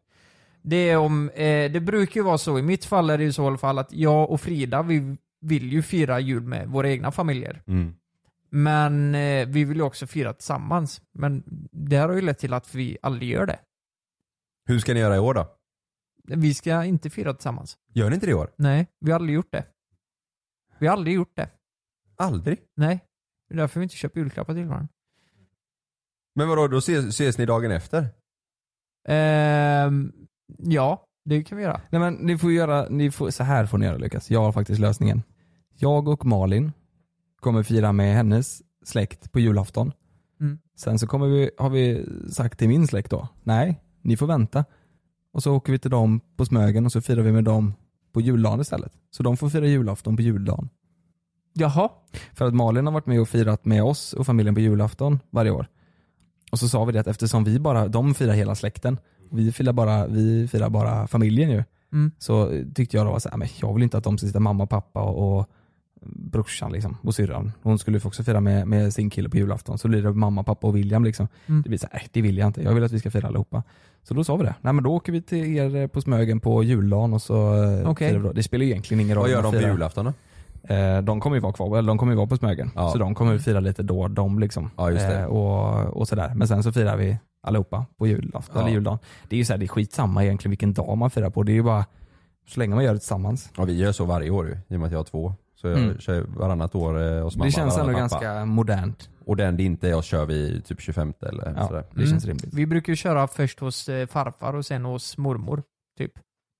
E: Det, är om, eh, det brukar ju vara så, i mitt fall är det ju så i alla fall att jag och Frida vi vill ju fira jul med våra egna familjer.
D: Mm.
E: Men eh, vi vill ju också fira tillsammans. Men det här har ju lett till att vi aldrig gör det.
D: Hur ska ni göra i år då?
E: Vi ska inte fira tillsammans.
D: Gör ni inte det i år?
E: Nej, vi har aldrig gjort det. Vi har aldrig gjort det.
D: Aldrig?
E: Nej. Det är därför vi inte köper julklappar till varandra.
D: Men vadå, då ses, ses ni dagen efter?
E: Ehm, ja, det kan vi göra.
F: Nej men ni får göra, ni får, så här får ni göra Lukas. Jag har faktiskt lösningen. Jag och Malin kommer fira med hennes släkt på julafton.
E: Mm.
F: Sen så kommer vi, har vi sagt till min släkt då, nej, ni får vänta. Och så åker vi till dem på Smögen och så firar vi med dem på juldagen istället. Så de får fira julafton på juldagen.
E: Jaha.
F: För att Malin har varit med och firat med oss och familjen på julafton varje år. Och så sa vi det att eftersom vi bara, de firar hela släkten, och vi firar bara, vi firar bara familjen ju.
E: Mm.
F: Så eh, tyckte jag då var så här, men jag vill inte att de ska sitta mamma och pappa och, och brorsan liksom, och syrran. Hon skulle ju också fira med, med sin kille på julafton. Så blir det mamma, pappa och William. Liksom.
E: Mm.
F: Det blir så här, "Äh, det vill jag inte. Jag vill att vi ska fira allihopa. Så då sa vi det. Nej men då åker vi till er eh, på Smögen på juldagen och så eh,
E: Okej.
F: firar vi då. Det spelar ju egentligen ingen roll.
D: Vad
F: om
D: gör
F: man
D: de på
F: firar.
D: julafton då?
F: Eh, de kommer ju vara kvar, eller de kommer ju vara på Smögen.
D: Ja.
F: Så de kommer ju fira lite då och de liksom.
D: Ja, just det.
F: Eh, och, och sådär. Men sen så firar vi allihopa på julafton
D: Ja.
F: eller juldagen. Det är ju såhär, det är skitsamma egentligen vilken dag man firar på. Det är ju bara, så länge man gör det tillsammans.
D: Ja, vi gör så varje år ju, i och med att jag har två. Så jag
F: Mm.
D: kör varannat år eh, hos mamma,
F: det känns ändå
D: varannan pappa.
F: ganska modernt.
D: Och den det inte är jag kör vi typ 25 eller
F: Ja,
D: sådär.
F: det känns rimligt.
E: Vi brukar ju köra först hos eh, farfar och sen hos mormor. Typ.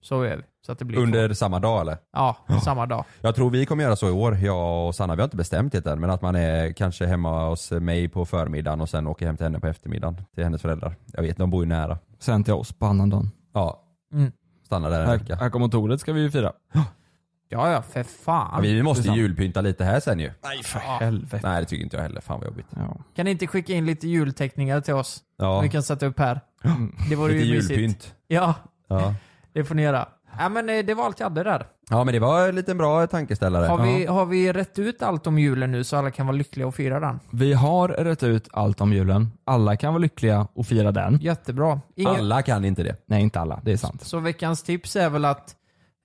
E: Så gör vi. Så att det blir
D: Under samma dag eller?
E: Ja, samma dag.
D: Jag tror vi kommer göra så i år, jag och Sanna. Vi har inte bestämt det än men att man är kanske hemma hos mig på förmiddagen och sen åker hem till henne på eftermiddagen. Till hennes föräldrar. Jag vet, de bor ju nära.
F: Sen till oss på annandagen.
D: Ja.
E: Mm.
D: Stannar där en
F: Här,
D: vecka.
F: här kommer tornet ska vi ju fira.
E: Ja, ja, för
D: Ja,
E: fan.
D: vi måste julpynta lite här sen ju.
G: Nej, för
F: Ah. Helvete.
D: Nej det tycker inte jag heller, fan vad jobbigt.
F: Ja.
E: Kan ni inte skicka in lite julteckningar till oss?
D: Ja,
E: Vi kan sätta upp här. Mm. Det vore
D: lite
E: ju mysigt.
D: julpynt.
E: Ja,
F: Mm.
D: Ja.
E: det får ni göra. Ja, men eh, det var allt jag hade där.
D: ja men det var en liten bra tankeställare.
E: Har vi, har vi rätt ut allt om julen nu så alla kan vara lyckliga och fira den?
F: Vi har rätt ut allt om julen. Alla kan vara lyckliga och fira den.
E: Jättebra. Ingen,
D: Alla kan inte det.
F: Nej, inte alla. Det är sant.
E: Så veckans tips är väl att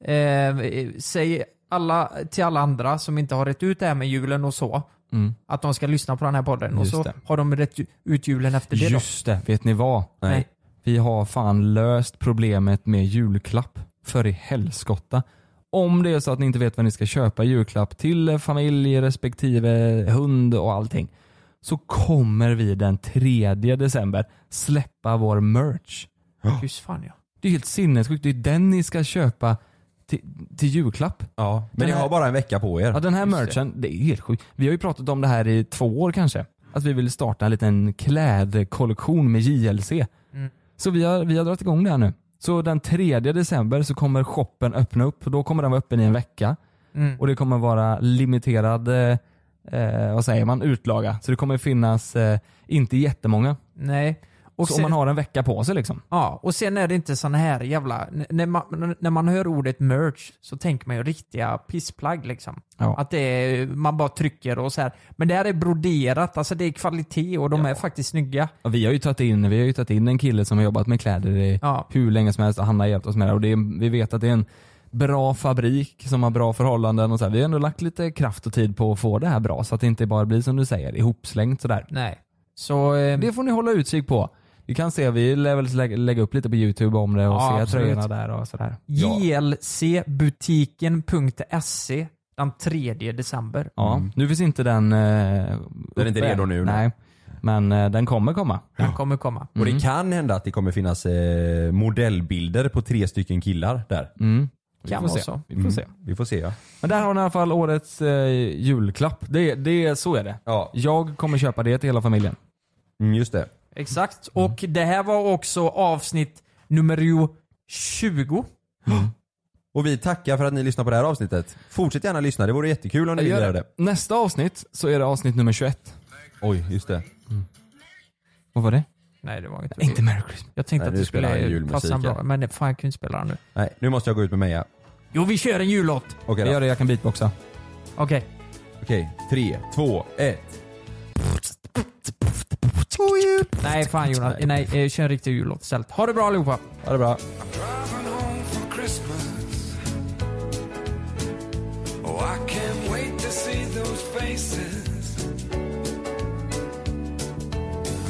E: eh, säg alla, till alla andra som inte har rätt ut det här med julen och så,
F: Mm.
E: att de ska lyssna på den här podden.
F: Just
E: och så
F: det.
E: har de rätt ju- ut julen efter det
F: Just det, vet ni vad?
E: då. Nej.
F: Vi har fan löst problemet med julklapp. För i helskotta. Om det är så att ni inte vet vad ni ska köpa i julklapp till eh, familj respektive hund och allting. Så kommer vi den 3 december släppa vår merch.
E: Just fan ja.
F: Det är helt sinnessjukt. Det är den ni ska köpa till, till julklapp.
D: Ja. Men
F: Den
D: ni
F: här-
D: har bara en vecka på er.
F: Ja den här merchen, det. är helt sjukt. Vi har ju pratat om det här i två år kanske. Att vi vill starta en liten klädkollektion med JLC.
E: Mm.
F: Så vi har, vi har dragit igång det här nu. Så den 3 december så kommer shoppen öppna upp. Då kommer den vara öppen i en vecka.
E: Mm.
F: Och det kommer vara limiterad, eh, eh, vad säger man, utlaga. Så det kommer finnas eh, inte jättemånga.
E: Nej.
F: Och
E: Och
F: så
E: sen,
F: om man har en vecka på sig liksom.
E: Ja, och sen är det inte sån här jävla... n- När man, när man hör ordet merch så tänker man ju riktiga pissplagg liksom.
F: Ja.
E: Att det är, man bara trycker och så här. Men det här är broderat, alltså det är kvalitet och de är faktiskt snygga.
F: Och Vi har ju tagit in, vi har ju tagit in en kille som har jobbat med kläder i
E: Ja.
F: hur länge som helst och han har hjälpt oss med det. Och det är, vi vet att det är en bra fabrik som har bra förhållanden och så här. Vi har ändå lagt lite kraft och tid på att få det här bra så att det inte bara blir som du säger, ihopslängt sådär.
E: Nej. Så... Eh,
F: Det får ni hålla utkik på. Vi kan se, vi lär väl lägga, lägga upp lite på youtube om det och
E: Ja,
F: se
E: absolut.
F: tröjorna där och sådär.
E: JLCbutiken.se den 3 december.
F: Ja, nu finns inte den eh,
D: Den är inte
F: uppe.
D: redo nu, nej.
F: Nej. Men eh, den kommer komma.
E: Den kommer komma.
D: Och
F: Mm.
D: det kan hända att det kommer finnas eh, modellbilder på tre stycken killar där. Mm.
F: Mm. Vi
E: Kan
F: får
E: vara
F: se.
E: så.
F: Vi får se.
D: Vi får se ja.
F: Men där har ni i alla fall årets eh, julklapp. Det, det, så är det.
D: Ja,
F: Jag kommer köpa det till hela familjen.
D: mm, just det.
E: Exakt.
F: Mm.
E: Och det här var också avsnitt nummer ju 20.
D: Och vi tackar för att ni lyssnar på det här avsnittet. Fortsätt gärna lyssna, det vore jättekul om ni vill göra det.
F: Nästa avsnitt så är det avsnitt nummer 21.
D: Oj, just det.
F: Vad var det?
E: Nej, det var inte
F: Inte Merry Christmas.
E: Jag tänkte
D: Nej,
E: att
D: nu
E: det
D: spelar han
E: skulle
D: julmusik
E: passa
D: här.
E: bra, men det- fan jag kunde inte spela den nu.
D: Nej, nu måste jag gå ut med Meja.
E: Jo, vi kör en jullåt!
D: Okej
F: Jag gör
D: då.
F: det, jag kan beatboxa.
E: Okej.
D: Okej, tre, två, ett.
E: Nej, fan Jonas. Nej, eh, kör en riktig jullåt istället. Ha det bra allihopa!
D: Ha det bra.
H: Driving home for Christmas. Oh, I can't wait to see those faces.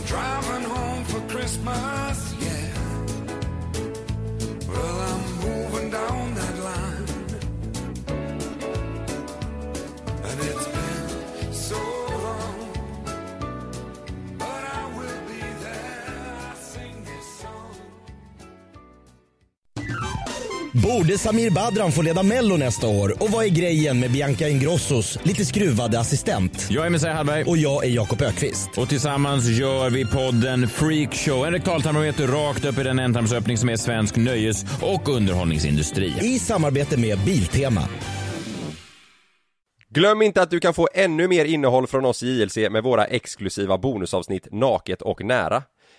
H: Driving home for Christmas, yeah. Well, I'm moving down that line. And it's been so long. But I will be there. I sing this song.
A: Borde Samir Badran få leda Mello nästa år? Och vad är grejen med Bianca Ingrossos lite skruvade assistent?
B: Jag är Messiah Hallberg.
A: Och jag är Jakob Ökvist.
B: Och tillsammans gör vi podden Freakshow. En rektaltarmometer rakt upp i den ändtarmsöppning som är svensk nöjes och underhållningsindustri.
A: I samarbete med Biltema.
I: Glöm inte att du kan få ännu mer innehåll från oss i JLC med våra exklusiva bonusavsnitt Naket och nära.